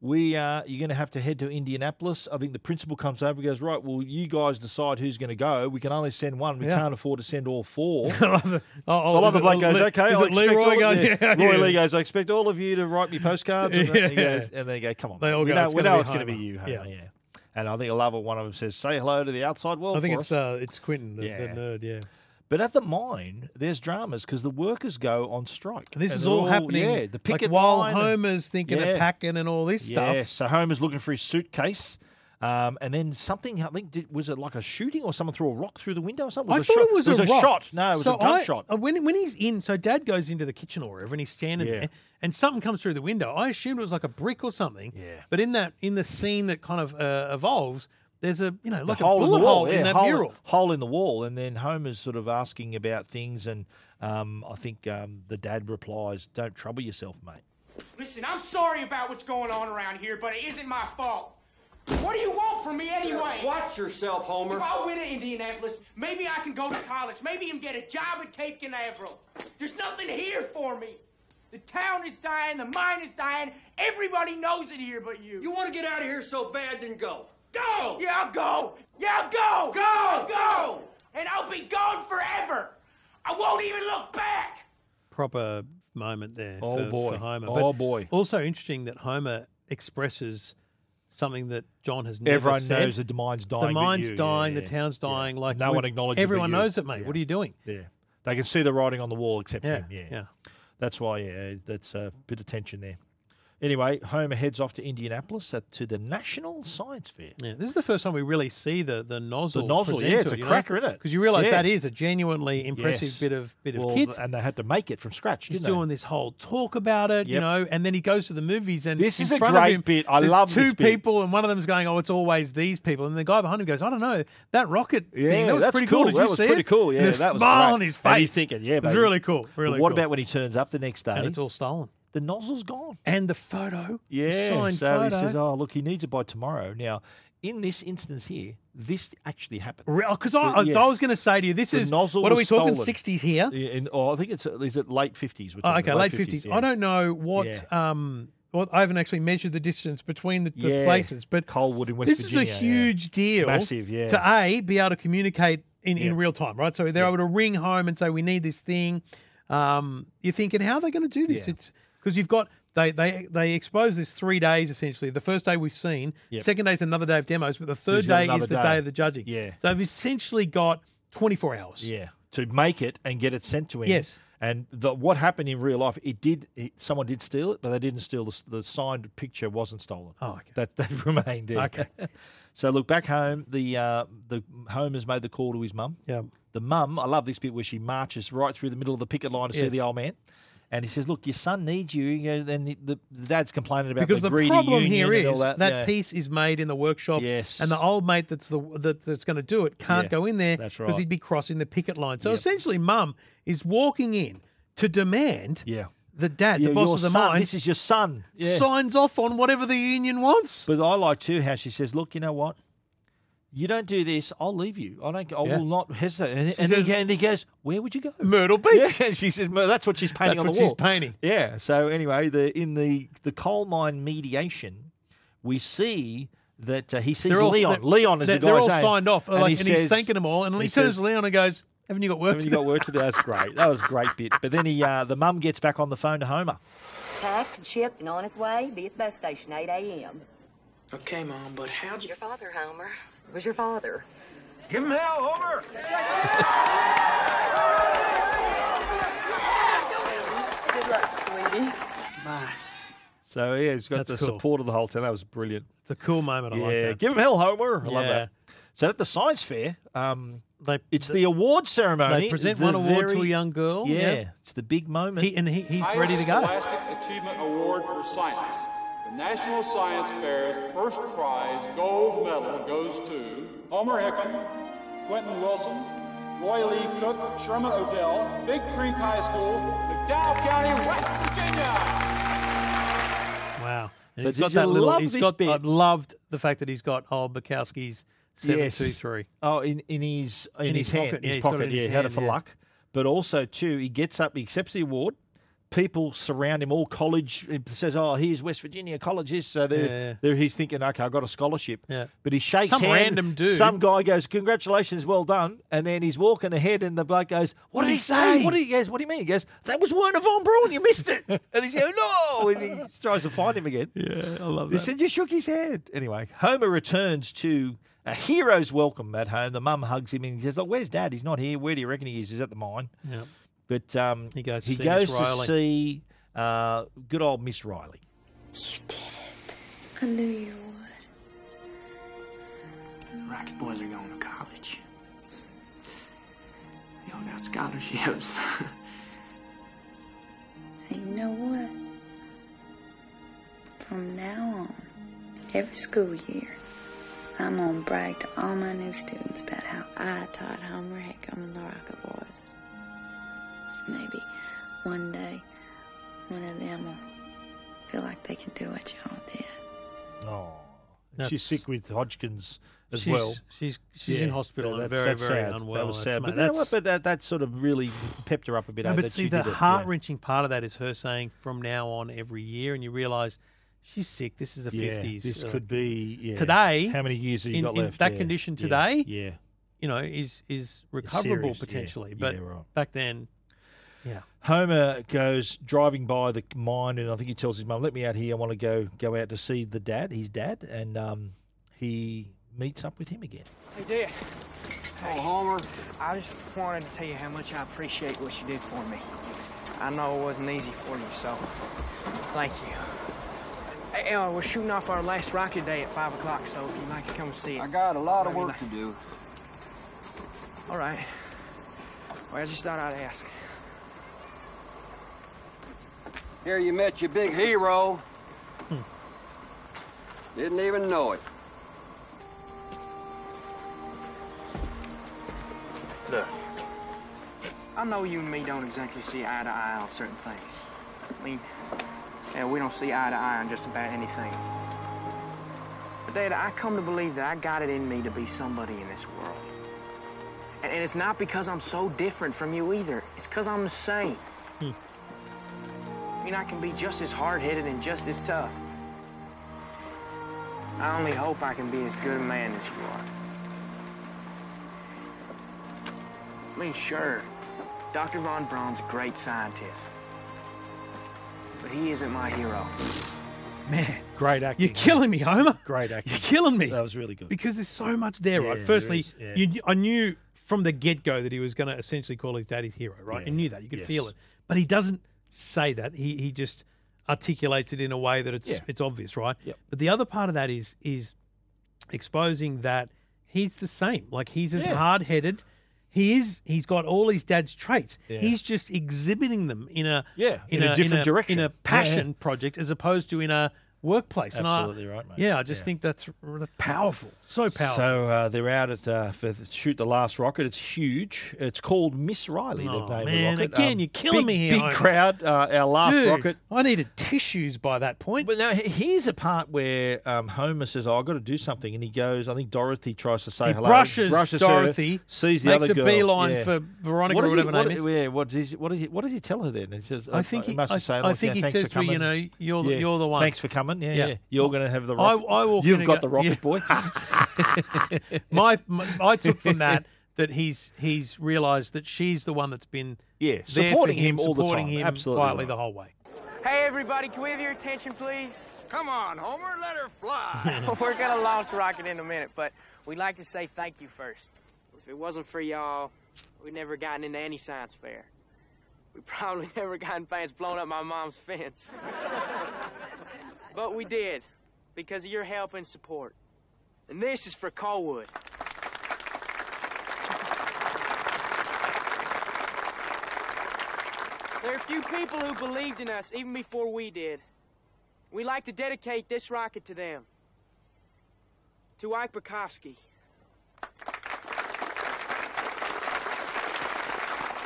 we uh, you're going to have to head to Indianapolis. I think the principal comes over and goes, right, well, you guys decide who's going to go. We can only send one. We
Yeah.
can't afford to send all four.
I love it. Oh, oh,
I love
is
the
it
bloke goes,
Le-
okay,
is
I
it
expect
Leroy
all,
goes,
yeah,
yeah,
Roy
yeah.
Lee goes, I expect all of you to write me postcards. And, then he
Yeah.
goes, and they go, come on,
They
mate.
all
we
go,
know,
"It's
we
gonna
know
be
it's going to be
Homer."
you, Homer.
Yeah.
Yeah. And I think I love it. One of them says, say hello to the outside world.
I think
for
it's
us.
uh, it's Quentin, the, the
Yeah.
nerd. Yeah.
But at the mine, there's dramas because the workers go on strike.
And this
And
is
they're
all happening
Yeah, the
like,
picket
while
line and-
Homer's thinking of packing and all this
yeah,
stuff.
So Homer's looking for his suitcase. Um, and then something, I think, did, was it like a shooting or someone threw a rock through the window or something?
I
Was
thought
shot-
it was a, rock.
shot. No, it was
So
a gunshot.
I- uh, when when he's in, so Dad goes into the kitchen or wherever, and he's standing
Yeah.
there, and something comes through the window. I assumed it was like a brick or something. Yeah. But in that in the scene that kind of uh, evolves, there's a you know like
the hole
a
in
bullet
the wall,
hole in
yeah,
that
hole,
mural.
hole in the wall, and then Homer's sort of asking about things, and um, I think um, the dad replies, "Don't trouble yourself, mate."
Listen, I'm sorry about what's going on around here, but it isn't my fault. What do you want from me anyway?
Watch yourself, Homer.
If I win at Indianapolis, maybe I can go to college, maybe even get a job at Cape Canaveral. There's nothing here for me. The town is dying, the mine is dying, everybody knows it here but you. You
want to get out of here so bad, then go.
Go! Yeah, I'll go! Yeah, I'll go!
Go!
I'll go! And I'll be gone forever! I won't even look back!
Proper moment there.
Oh,
for,
boy.
for Homer.
Oh, boy.
Also interesting that Homer expresses something that John has never
Everyone
said.
knows that the mine's dying.
The
but
mine's
you. Yeah,
dying.
yeah,
The town's
yeah.
dying. Like
no
we-
one acknowledges. but
Everyone
you.
knows it, mate. What are you doing?
Yeah, they can see the writing on the wall except
Yeah,
him. Yeah,
yeah.
That's why. Yeah, that's a bit of tension there. Anyway, Homer heads off to Indianapolis at, to the National Science Fair.
Yeah, this is the first time we really see the the nozzle.
nozzle, yeah, it's a cracker, innit?
Because you realise
Yeah.
that is a genuinely impressive
Yes.
bit of bit of
Well,
kit.
and they had to make it from scratch.
He's
didn't they?
doing this whole talk about it, you
Yep.
know, and then he goes to the movies and
This
in
is a
front of
great
him,
bit. I
there's
love
two
this bit.
people, and one of them's going, "Oh, it's always these people," and the guy behind him goes, "I don't know that rocket thing.
Yeah,
That was
that's
pretty cool. Did
that
you
was
see
pretty
it?"
cool. Yeah,
and the
that was
smile
great.
on his face.
And he's thinking, yeah,
it's
baby.
really cool.
But
Really.
what
cool.
about when he turns up the next day?
And it's all stolen.
The nozzle's gone.
And the photo. the
Yeah.
Signed
so
photo.
he says, "Oh, look, he needs it by tomorrow." Now, in this instance here, this actually happened.
Because oh, I,
The-
I, I
yes.
was going to say to you, this
The
is
nozzle
what are we
was
talking?
stolen.
Sixties here.
Yeah, and, oh, I think it's is it late fifties?
Oh, okay, late fifties. I don't know what
Yeah.
um what I haven't actually measured the distance between the, the
Yeah.
places, but
Coalwood in West
this
Virginia.
is a
yeah.
huge deal.
Massive, yeah.
To a be able to communicate in, in
Yeah.
real time, right? So they're able to ring home and say we need this thing. Um, you're thinking how are they going to do this?
Yeah.
It's because you've got. They, they they expose this three days essentially. The first day we've seen,
Yep.
second day is another day of demos, but the
So he's
third
got
day is
another
the day. of the judging.
Yeah.
So they've essentially got 24 hours.
Yeah, to make it and get it sent to him.
Yes.
And the, what happened in real life? It did. It, someone did steal it, but they didn't steal the, s- the signed picture. Wasn't stolen.
Oh, okay.
That that remained there.
Okay.
so look back home. The uh, the Homer's made the call to his mum.
Yeah.
The mum. I love this bit where she marches right through the middle of the picket line to see
Yes.
the old man. And he says, "Look, your son needs you." you know, then the, the, the dad's complaining about
because
the,
the,
greedy
problem
union
here
and all
is that,
that, yeah.
piece is made in the workshop,
Yes.
and the old mate that's the that, that's going to do it can't
Yeah,
go in there
that's
he'd
right.
be crossing the picket line. So
Yep.
essentially, mum is walking in to demand
Yeah.
the dad,
Yeah,
the boss
your
of the
son,
mine,
This is your son. Yeah.
signs off on whatever the union wants.
But I like too how she says, "Look, you know what? You don't do this, I'll leave you. I don't. I
Yeah.
will not hesitate." And,
She
and,
says-
he, and he goes, "Where would you go?"
Myrtle Beach.
Yeah, she says, "Myrtle." "That's what she's painting
That's
on
what
the
she's
wall."
painting.
Yeah. So anyway, the in the the coal mine mediation, we see. That uh, he sees
They're all-
Leon.
they're-
Leon is
they're-
the guy.
they're all signed off, like, and he's thanking
thanking
them all, and he turns to Leon and goes, "Haven't you got work
Haven't you
to
got work to do?" That's great. That was a great bit. But then he, uh, the mum gets back on the phone to Homer.
Packed and shipped and on its way. Be at the bus station 8 a.m.
Okay, Mom, but how'd
Your father, Homer. It was your father.
Give him hell, Homer!
Good luck, sweetie.
Bye.
So yeah, he's got
That's
the
cool.
support of the whole town. That was brilliant.
It's a cool moment. I
yeah,
like that.
give him hell, Homer. I
Yeah.
love that. So at the science fair, um,
they
It's the award ceremony.
They present one award to a young girl,
Yeah,
yeah.
it's the big moment.
He- and he- he's
Highest Scholastic Achievement Award for Science. The National Science Fair's first prize gold medal goes to Homer Hickam, Quentin Wilson, Roy Lee Cook, Sherman Odell, Big Creek High School, McDowell County, West Virginia.
Wow. And
So
he's
did
got
you
that little.
love
he's
this
got.
bit?
I loved the fact that he's got old Bukowski's seven two three.
Oh, in, in his in,
In
his,
his
hand,
pocket. Yeah,
his
he's got it
pocket.
in
yeah,
his
had it
hand,
for
yeah.
luck. But also too, he gets up, he accepts the award. People surround him. All college it says, "Oh, here's West Virginia College." Is so they're,
Yeah.
they're he's thinking, "Okay, I've got a scholarship."
Yeah.
But he shakes
Some
hand,
random dude.
Some guy goes, "Congratulations, well done." And then he's walking ahead, and the bloke goes, "What did he say? What did he goes? What do you mean?" He goes, "That was Werner von Braun. You missed it." and he says, "No!" And he tries to find him again.
Yeah, I love
He
that.
said, "You shook his hand." Anyway, Homer returns to a hero's welcome at home. The mum hugs him and he says, "Look, where's Dad? He's not here. Where do you reckon he is? He's at the mine."
Yep.
But um, he
goes.
He
see
goes
Miss
to
Riley.
see uh, good old Miss Riley.
I knew you would.
Rocket boys are going to college. They all got scholarships.
And you know what? From now on, every school year, I'm gonna brag to all my new students about how I taught Homer Hickam and the Rocket Boys. Maybe one day, one of them will feel like they can do what y'all did.
Oh,
That's-
she's sick with Hodgkin's as
She's-
well.
she's- she's in hospital and very, very unwell.
That was
That's
sad.
ma-
But, you know
that's-
what? but that that sort of really pepped her up a bit.
No,
eh,
but
that
see,
she
the
did it, yeah.
heart wrenching part of that is her saying from now on every year, and you realise she's sick. This is the
Yeah,
50s.
this
uh,
could be, yeah.
Today.
How many years have you
in-
got
in
left?
That
Yeah,
condition
yeah,
today,
yeah.
you know, is is recoverable
serious, yeah,
potentially.
yeah,
but
right.
back then, yeah.
Homer goes driving by the mine, and I think he tells his mum, "Let me out here. I want to go go out to see the dad, his dad." And um, he meets up with him again.
Hey, Dad. Oh, Homer. I just wanted to tell you how much I appreciate what you did for me. I know it wasn't easy for you, so thank you. Hey, uh, we're shooting off our last rocket day at 5 o'clock, so if you'd like to come see it. I got a lot
of work to do.
All right. Well, I just thought I'd ask.
Here you met your big hero.
Hmm.
Didn't even know it.
Look, I know you and me don't exactly see eye to eye on certain things. I mean, yeah, we don't see eye to eye on just about anything. But, Dad, I come to believe that I got it in me to be somebody in this world. And, and it's not because I'm so different from you either, it's because I'm the same.
Hmm.
I mean, I can be just as hard headed and just as tough. I only hope I can be as good a man as you are. I mean, sure, Dr. Von Braun's a great scientist. But he isn't my hero.
Man,
great acting.
You're killing me, Homer.
Great acting.
You're killing me.
That was really good.
Because there's so much there, right?
Yeah, there
Firstly,
is, yeah.
you, kn- I knew from the get go that he was going to essentially call his daddy's hero, right?
Yeah,
You knew that. You could feel
yes.
it. But he doesn't say that. He he just articulates it in a way that it's
Yeah.
it's obvious, right?
Yep.
But the other part of that is is exposing that he's the same. Like he's as
Yeah.
hard headed. He is. He's got all his dad's traits.
Yeah.
He's just exhibiting them in a
Yeah, in a different direction.
in
Yeah,
a
yeah.
passion project as opposed to in a workplace. And I-
Absolutely right, mate.
Yeah, I just
Yeah.
think that's, r- that's powerful. So powerful.
So uh, they're out at uh, for the- shoot the last rocket. It's huge. It's called Miss Riley.
Oh,
the name
man,
of the rocket. Um,
again, you're killing
big,
me here,
Big
Homer.
crowd. Uh, our last
Dude,
rocket.
I needed tissues by that point.
But now he- here's a part where um, Homer says, "Oh, I've got to do something," and he goes. I think Dorothy tries to say
He
hello.
brushes
her,
Dorothy,
sees the
makes
other
a
girl.
beeline
yeah.
for Veronica
What
or
does
whatever
he, what,
her name
Yeah, what does he, what does he, what does he tell her then? He says,
I think he, I,
must say,
I
"Look,
think
yeah,
he
thanks
says
for
to her, you know,
coming."
you're,
Yeah,
the you're the one.
Thanks for coming. Yeah,
Yeah.
yeah. you're going to have the
I-
rocket.
I walk in
You've
and
got the
go-
rocket
yeah.
boy.
my, my I took from that that he's he's realised that she's the one that's been
Yeah,
there for
supporting him all the
supporting
time.
him
Absolutely
quietly
right.
the whole way.
Hey, everybody, can we have your attention, please?
Come on, Homer, let her
fly. We're gonna launch rocket in a minute, but we'd like to say thank you first. If it wasn't for y'all, we'd never gotten into any science fair. We probably never gotten fans blown up my mom's fence. but we did, because of your help and support. And this is for Colwood.
There are a few people who believed in us even before we did. We like to dedicate this rocket to them. To Ike Bukowski.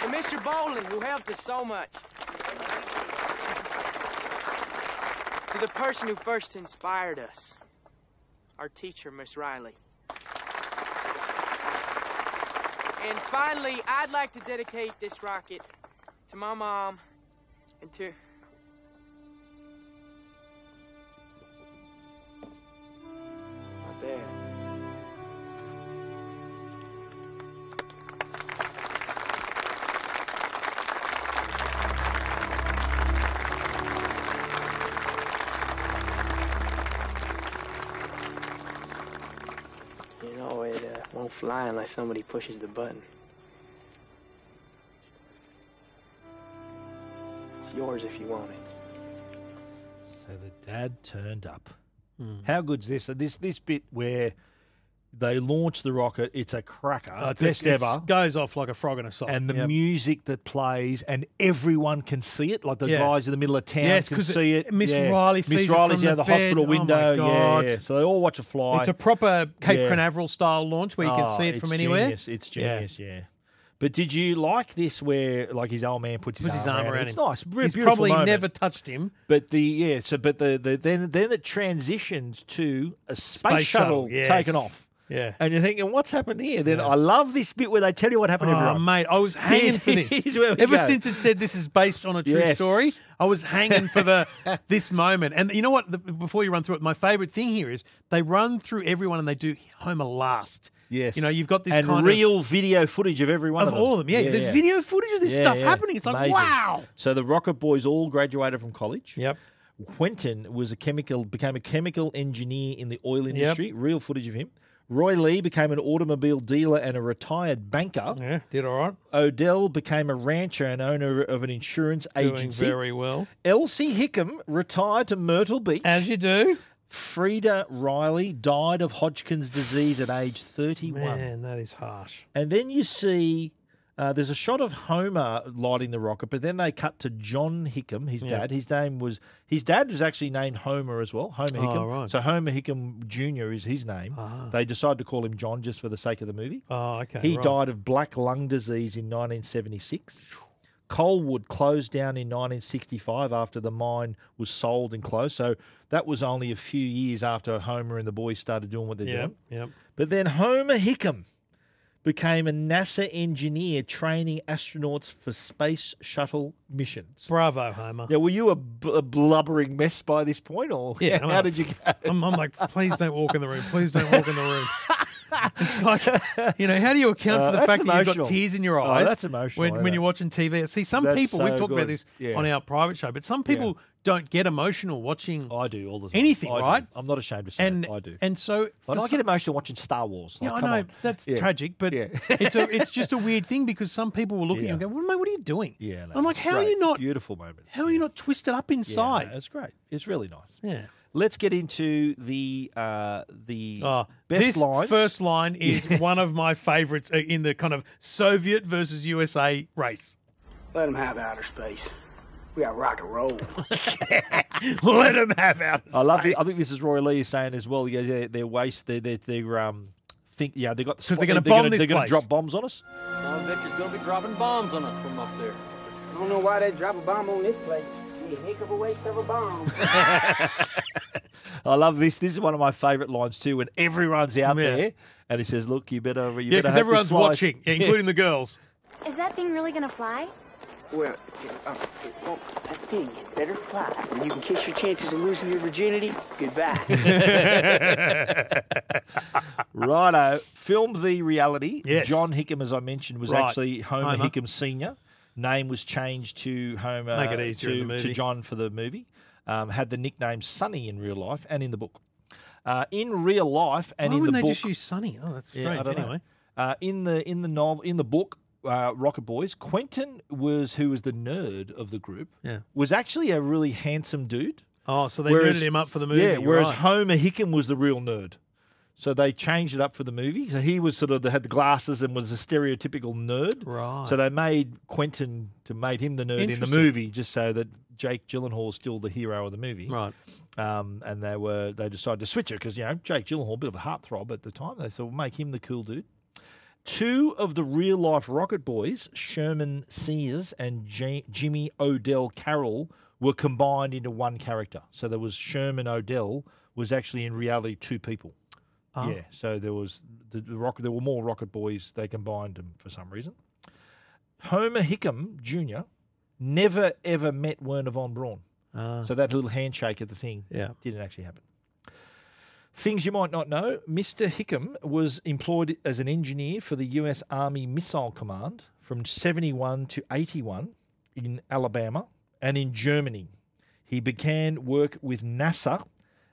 To Mr. Boland, who helped us so much. To the person who first inspired us. Our teacher, Miss Riley. And finally, I'd like to dedicate this rocket to my mom and to. My dad. You know, it uh, won't fly unless somebody pushes the button. It's yours if you want it.
So the dad turned up.
Hmm.
How good's this? So this this bit where they launch the rocket, it's a cracker,
Oh, it's-
best
it's-
ever.
Goes off like a frog in a sock.
And the
Yep.
music that plays, and everyone can see it. Like the
Yeah.
guys in the middle of town
Yes,
can
'cause it-
see it.
Miss
yeah.
Riley
Miss
sees it
Riley's
from
out of
the
the hospital
bed. Oh, my
window. yeah,
God.
yeah. So they all watch it fly.
It's a proper Cape
Yeah.
Canaveral style launch where you can
Oh,
see it
it's
from anywhere.
Genius. It's genius, yeah. But did you like this where like his old man puts his,
Puts his arm around
him? It's
him.
nice. Very
He's
beautiful
probably
moment.
never touched him.
But the yeah, so but the, the then then it transitions to a space,
Space
shuttle,
shuttle, yes.
taken off.
Yeah.
And you're thinking, what's happened here? Then I love this bit where they tell you what happened.
Oh,
everyone.
mate, I was hanging
Here's-
for this.
here's where we
Ever
go.
since it said this is based on a true
Yes.
story, I was hanging for the this moment. And you know what? The- before you run through it, my favorite thing here is they run through everyone and they do Homer last.
Yes.
You know, you've got this
and
kind
real video footage of every one
of,
of,
of all of them. Yeah, there's video footage of this
Yeah,
stuff
yeah.
happening. It's like
Amazing.
wow.
So the Rocket Boys all graduated from college. Yep. Quentin was a chemical became a chemical engineer in the oil industry. Real footage of him. Roy Lee became an automobile dealer and a retired banker.
Yeah, did all right.
Odell became a rancher and owner of an insurance
Doing
agency.
very well.
Elsie Hickam retired to Myrtle Beach.
As you do.
Frida Riley died of Hodgkin's disease at age 31.
Man, that is harsh.
And then you see uh, there's a shot of Homer lighting the rocket, but then they cut to John Hickam, his
Yeah.
dad. His name was his dad was actually named Homer as well, Homer
Oh,
Hickam.
right.
So Homer Hickam Jr. is his name.
Ah.
They decided to call him John just for the sake of the movie.
Oh, okay,
He
right.
died of black lung disease in 1976. Coalwood closed down in 1965 after the mine was sold and closed. So that was only a few years after Homer and the boys started doing what they're
Yep,
doing.
yep.
But then Homer Hickam became a NASA engineer training astronauts for space shuttle missions.
Bravo, Homer.
Now, were you a, b- a blubbering mess by this point, or
Yeah,
how
I'm like,
did you go?
I'm, I'm like, please don't walk in the room. Please don't walk in the room. It's like, you know, how do you account
Uh,
for the
that's
fact that you've
emotional.
got tears in your
Oh,
eyes?
that's emotional,
When,
isn't
when you're
it?
watching TV, see, some
That's
people
so
we've talked
good.
about this
Yeah.
on our private show, but some people don't get emotional watching.
I do all the time.
Anything,
I do.
right?
I'm not ashamed to say
And
it. I do.
and so
Like,
for
I
some-
get emotional watching Star Wars.
yeah,
Like,
I
come
know
on.
that's
Yeah.
tragic, but
Yeah.
it's a, it's just a weird thing because some people will look at you and go, "Well, mate, what are you doing?"
Yeah, no,
I'm like,
it's
"How are you
great.
not?
Beautiful moment.
How are you not twisted up inside?"
it's great. It's really nice.
Yeah.
Let's get into the uh, the
Oh,
best
this
lines.
first line is one of my favorites uh, in the kind of Soviet versus USA race.
Let them have outer space. We got rock and roll.
Let them have out.
I love. The, I think this is Roy Lee saying as well. Yeah, their, their waste, their their, their um, think. Yeah, they got the
'Cause
spot-
they're gonna bomb this
They're going to
place.
drop bombs on us.
Son of a bitch is gonna be dropping bombs on us from up there.
I don't know why they drop a bomb on this place. Hey, heck of a waste of a bomb.
I love this. This is one of my favourite lines too. When everyone's out
Yeah.
there, and he says, "Look, you better, you better."
yeah, because
hope this
everyone's
flies."
watching, yeah, including the girls.
Is that thing really gonna fly?
Well, uh, uh, well, that thing had better fly. And you can kiss your chances of losing your virginity goodbye.
Righto. Film The Reality.
Yes.
John Hickam, as I mentioned, was
Right.
actually Homer,
Homer.
Hickam Sr. Name was changed to Homer.
Make it easier
to,
in the
to
movie.
John for the movie. Um, had the nickname Sonny in real life and in the book. Uh, in real life and
Why
in the
wouldn't they
book.
just use Sunny? Oh, that's
Yeah, I
strange.
don't know.
Anyway,
Uh, in the in the novel in the book, uh, Rocket Boys, Quentin was who was the nerd of the group.
Yeah.
was actually a really handsome dude.
Oh, so they
Whereas-
nerded him up for the movie,
Yeah,
you're
whereas
right.
Homer Hickam was the real nerd. So they changed it up for the movie. So he was sort of the, had the glasses and was a stereotypical nerd.
Right.
So they made Quentin to made him the nerd in the
Interesting.
movie, just so that Jake Gyllenhaal is still the hero of the movie.
Right.
Um, and they were they decided to switch it because you know Jake Gyllenhaal, a bit of a heartthrob at the time. They said, "We'll make him the cool dude." Two of the real life Rocket Boys, Sherman Sears and J- Jimmy Odell Carroll, were combined into one character. So there was Sherman Odell was actually in reality two people.
Ah.
Yeah. So there was the, the rocket. There were more Rocket Boys. They combined them for some reason. Homer Hickam Jr. never ever met Werner von Braun.
Ah.
So that little handshake at the thing
Yeah.
didn't actually happen. Things you might not know Mr. Hickam was employed as an engineer for the US Army Missile Command from 71 to 81 in Alabama and in Germany. He began work with NASA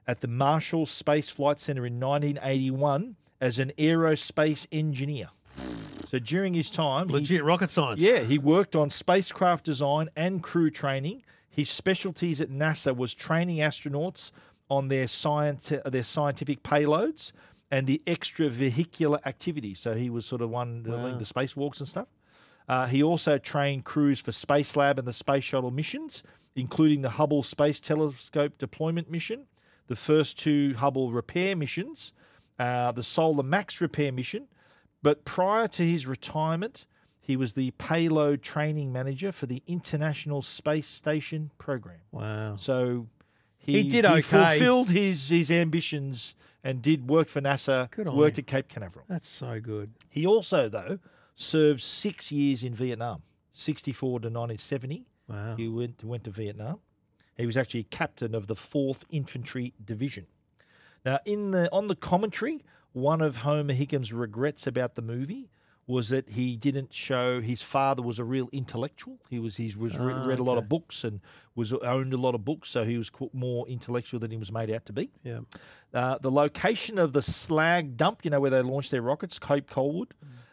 at the Marshall Space Flight Center in 1981 as an aerospace engineer. So during his time, he-
Legit rocket science.
yeah, he worked on spacecraft design and crew training. His specialties at NASA was training astronauts on their science, their scientific payloads and the extravehicular activities. So he was sort of one that
Wow.
led the spacewalks and stuff. Uh, he also trained crews for Space Lab and the Space Shuttle missions, including the Hubble Space Telescope deployment mission, the first two Hubble repair missions, uh, the Solar Max repair mission. But prior to his retirement, he was the payload training manager for the International Space Station program.
Wow.
So he,
He did okay.
fulfilled his, his ambitions and did work for NASA,
Good on
worked
him.
at Cape Canaveral.
That's uh, so good.
He also, though, served six years in Vietnam, 64 to 1970.
Wow.
He went, went to Vietnam. He was actually captain of the 4th Infantry Division. Now, in the on the commentary, one of Homer Hickam's regrets about the movie was that he didn't show his father was a real intellectual. He was he was re-
Ah,
read a lot
okay.
of books and was owned a lot of books, so he was qu- more intellectual than he was made out to be.
Yeah.
Uh, the location of the slag dump, you know, where they launched their rockets, Cape Colwood,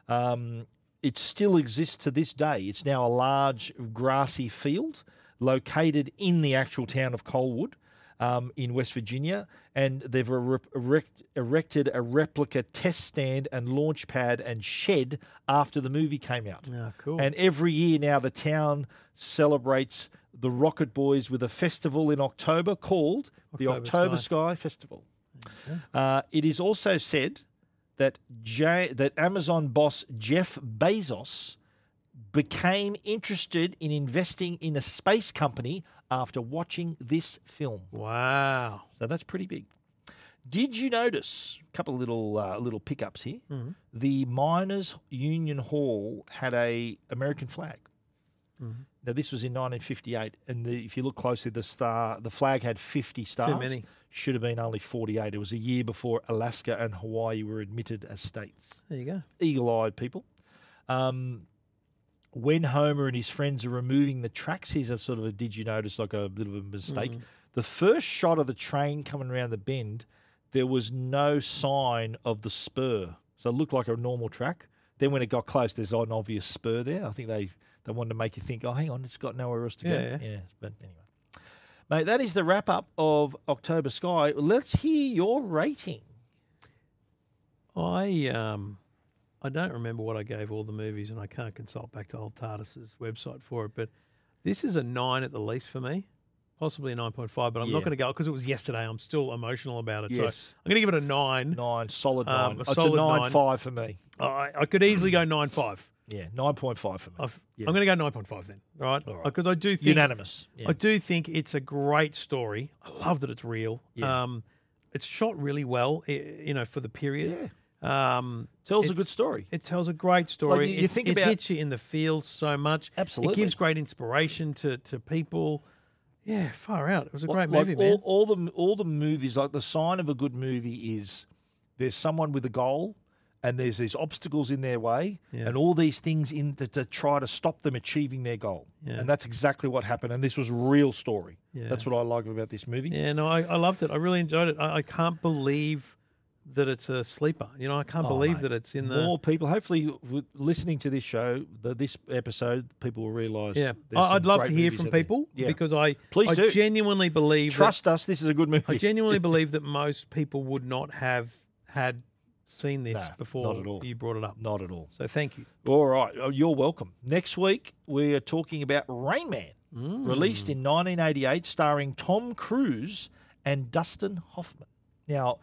Mm.
um, it still exists to this day. It's now a large grassy field located in the actual town of Colwood um, in West Virginia. And they've er- erect, erected a replica test stand and launch pad and shed after the movie came out.
Yeah, Ah, cool.
And every year now, the town celebrates the Rocket Boys with a festival in October called the
October
October
Sky.
Sky Festival. Uh, it is also said that J- that Amazon boss Jeff Bezos became interested in investing in a space company after watching this film.
Wow!
So that's pretty big. Did you notice a couple of little uh, little pickups here?
Mhm.
The Miners Union Hall had a American flag.
mm-hmm.
Mm-hmm. Now this was in 1958, and the, if you look closely, the star the flag had 50 stars.
many.
Should have been only 48. It was a year before Alaska and Hawaii were admitted as states
There you go.
eagle-eyed people. Um, when Homer and his friends are removing the tracks, here's a sort of a did you notice, like a bit of a mistake.
Mm.
The first shot of the train coming around the bend, there was no sign of the spur, so it looked like a normal track. Then when it got close, there's an obvious spur there. I think they they wanted to make you think, oh, hang on, it's got nowhere else to go.
Yeah, yeah.
yeah, but anyway. Mate, that is the wrap up of October Sky. Let's hear your rating.
I um, I don't remember what I gave all the movies, and I can't consult back to old TARDIS's website for it. But this is a nine at the least for me, possibly a nine point five. But I'm not
Yeah.
going to go because it was yesterday. I'm still emotional about it.
Yes.
So I'm going to give it a nine.
Nine, solid nine.
Um, a
it's a
solid
nine,
nine.
five for me.
I, I could easily go nine five.
Yeah, nine point five for me. Yeah.
I'm going to go nine point five then. all Right?
All right.
Because I do think
Unanimous, yeah.
I do think it's a great story. I love that it's real.
Yeah.
Um, it's shot really well. i you know, for the period. Yeah. Um,
Tells a
it's-
good story.
It tells a great story.
you- you
It-
think
it
about-
hits you in the field so much.
Absolutely.
It gives great inspiration to to people. Yeah, far out. It was a
Like-
great
like
movie,
all,
man.
All the all the movies, like the sign of a good movie is there's someone with a goal, and there's these obstacles in their way,
Yeah.
and all these things in to, to try to stop them achieving their goal.
Yeah.
And that's exactly what happened. And this was real story.
Yeah.
That's what I like about this movie.
Yeah, no, I, I loved it. I really enjoyed it. I, I can't believe that it's a sleeper. You know, I can't
Oh,
believe
mate.
that it's in the.
more people. Hopefully, with listening to this show, the, this episode, people will realise.
yeah,
there's
I,
some
I'd love
great
to hear
movies
from
out there.
people
Yeah.
because I
Please
I
do.
genuinely believe that-
Trust us, this is a good movie.
I genuinely believe that most people would not have had seen this
No,
before
not at all.
you brought it up.
Not at all.
So thank you.
All right. Oh, You're welcome. Next week, we are talking about Rain Man,
Mm.
released in 1988, starring Tom Cruise and Dustin Hoffman. Now,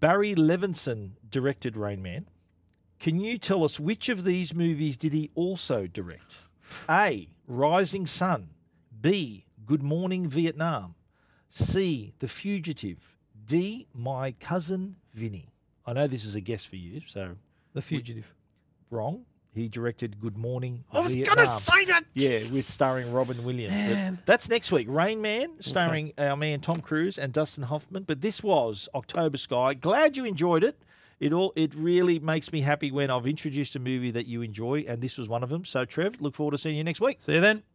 Barry Levinson directed Rain Man. Can you tell us which of these movies did he also direct? A. Rising Sun. B. Good Morning Vietnam. C. The Fugitive. D. My Cousin Vinny. I know this is a guess for you, so.
The Fugitive.
Wrong. He directed Good Morning.
I was gonna
Vietnam.
say that,
Yeah,
Jesus.
with starring Robin Williams. But
Man.
That's next week. Rain Man, starring our man Tom Cruise and Dustin Hoffman. But this was October Sky. Glad you enjoyed it. It all it really makes me happy when I've introduced a movie that you enjoy, and this was one of them. So, Trev, look forward to seeing you next week.
See you then.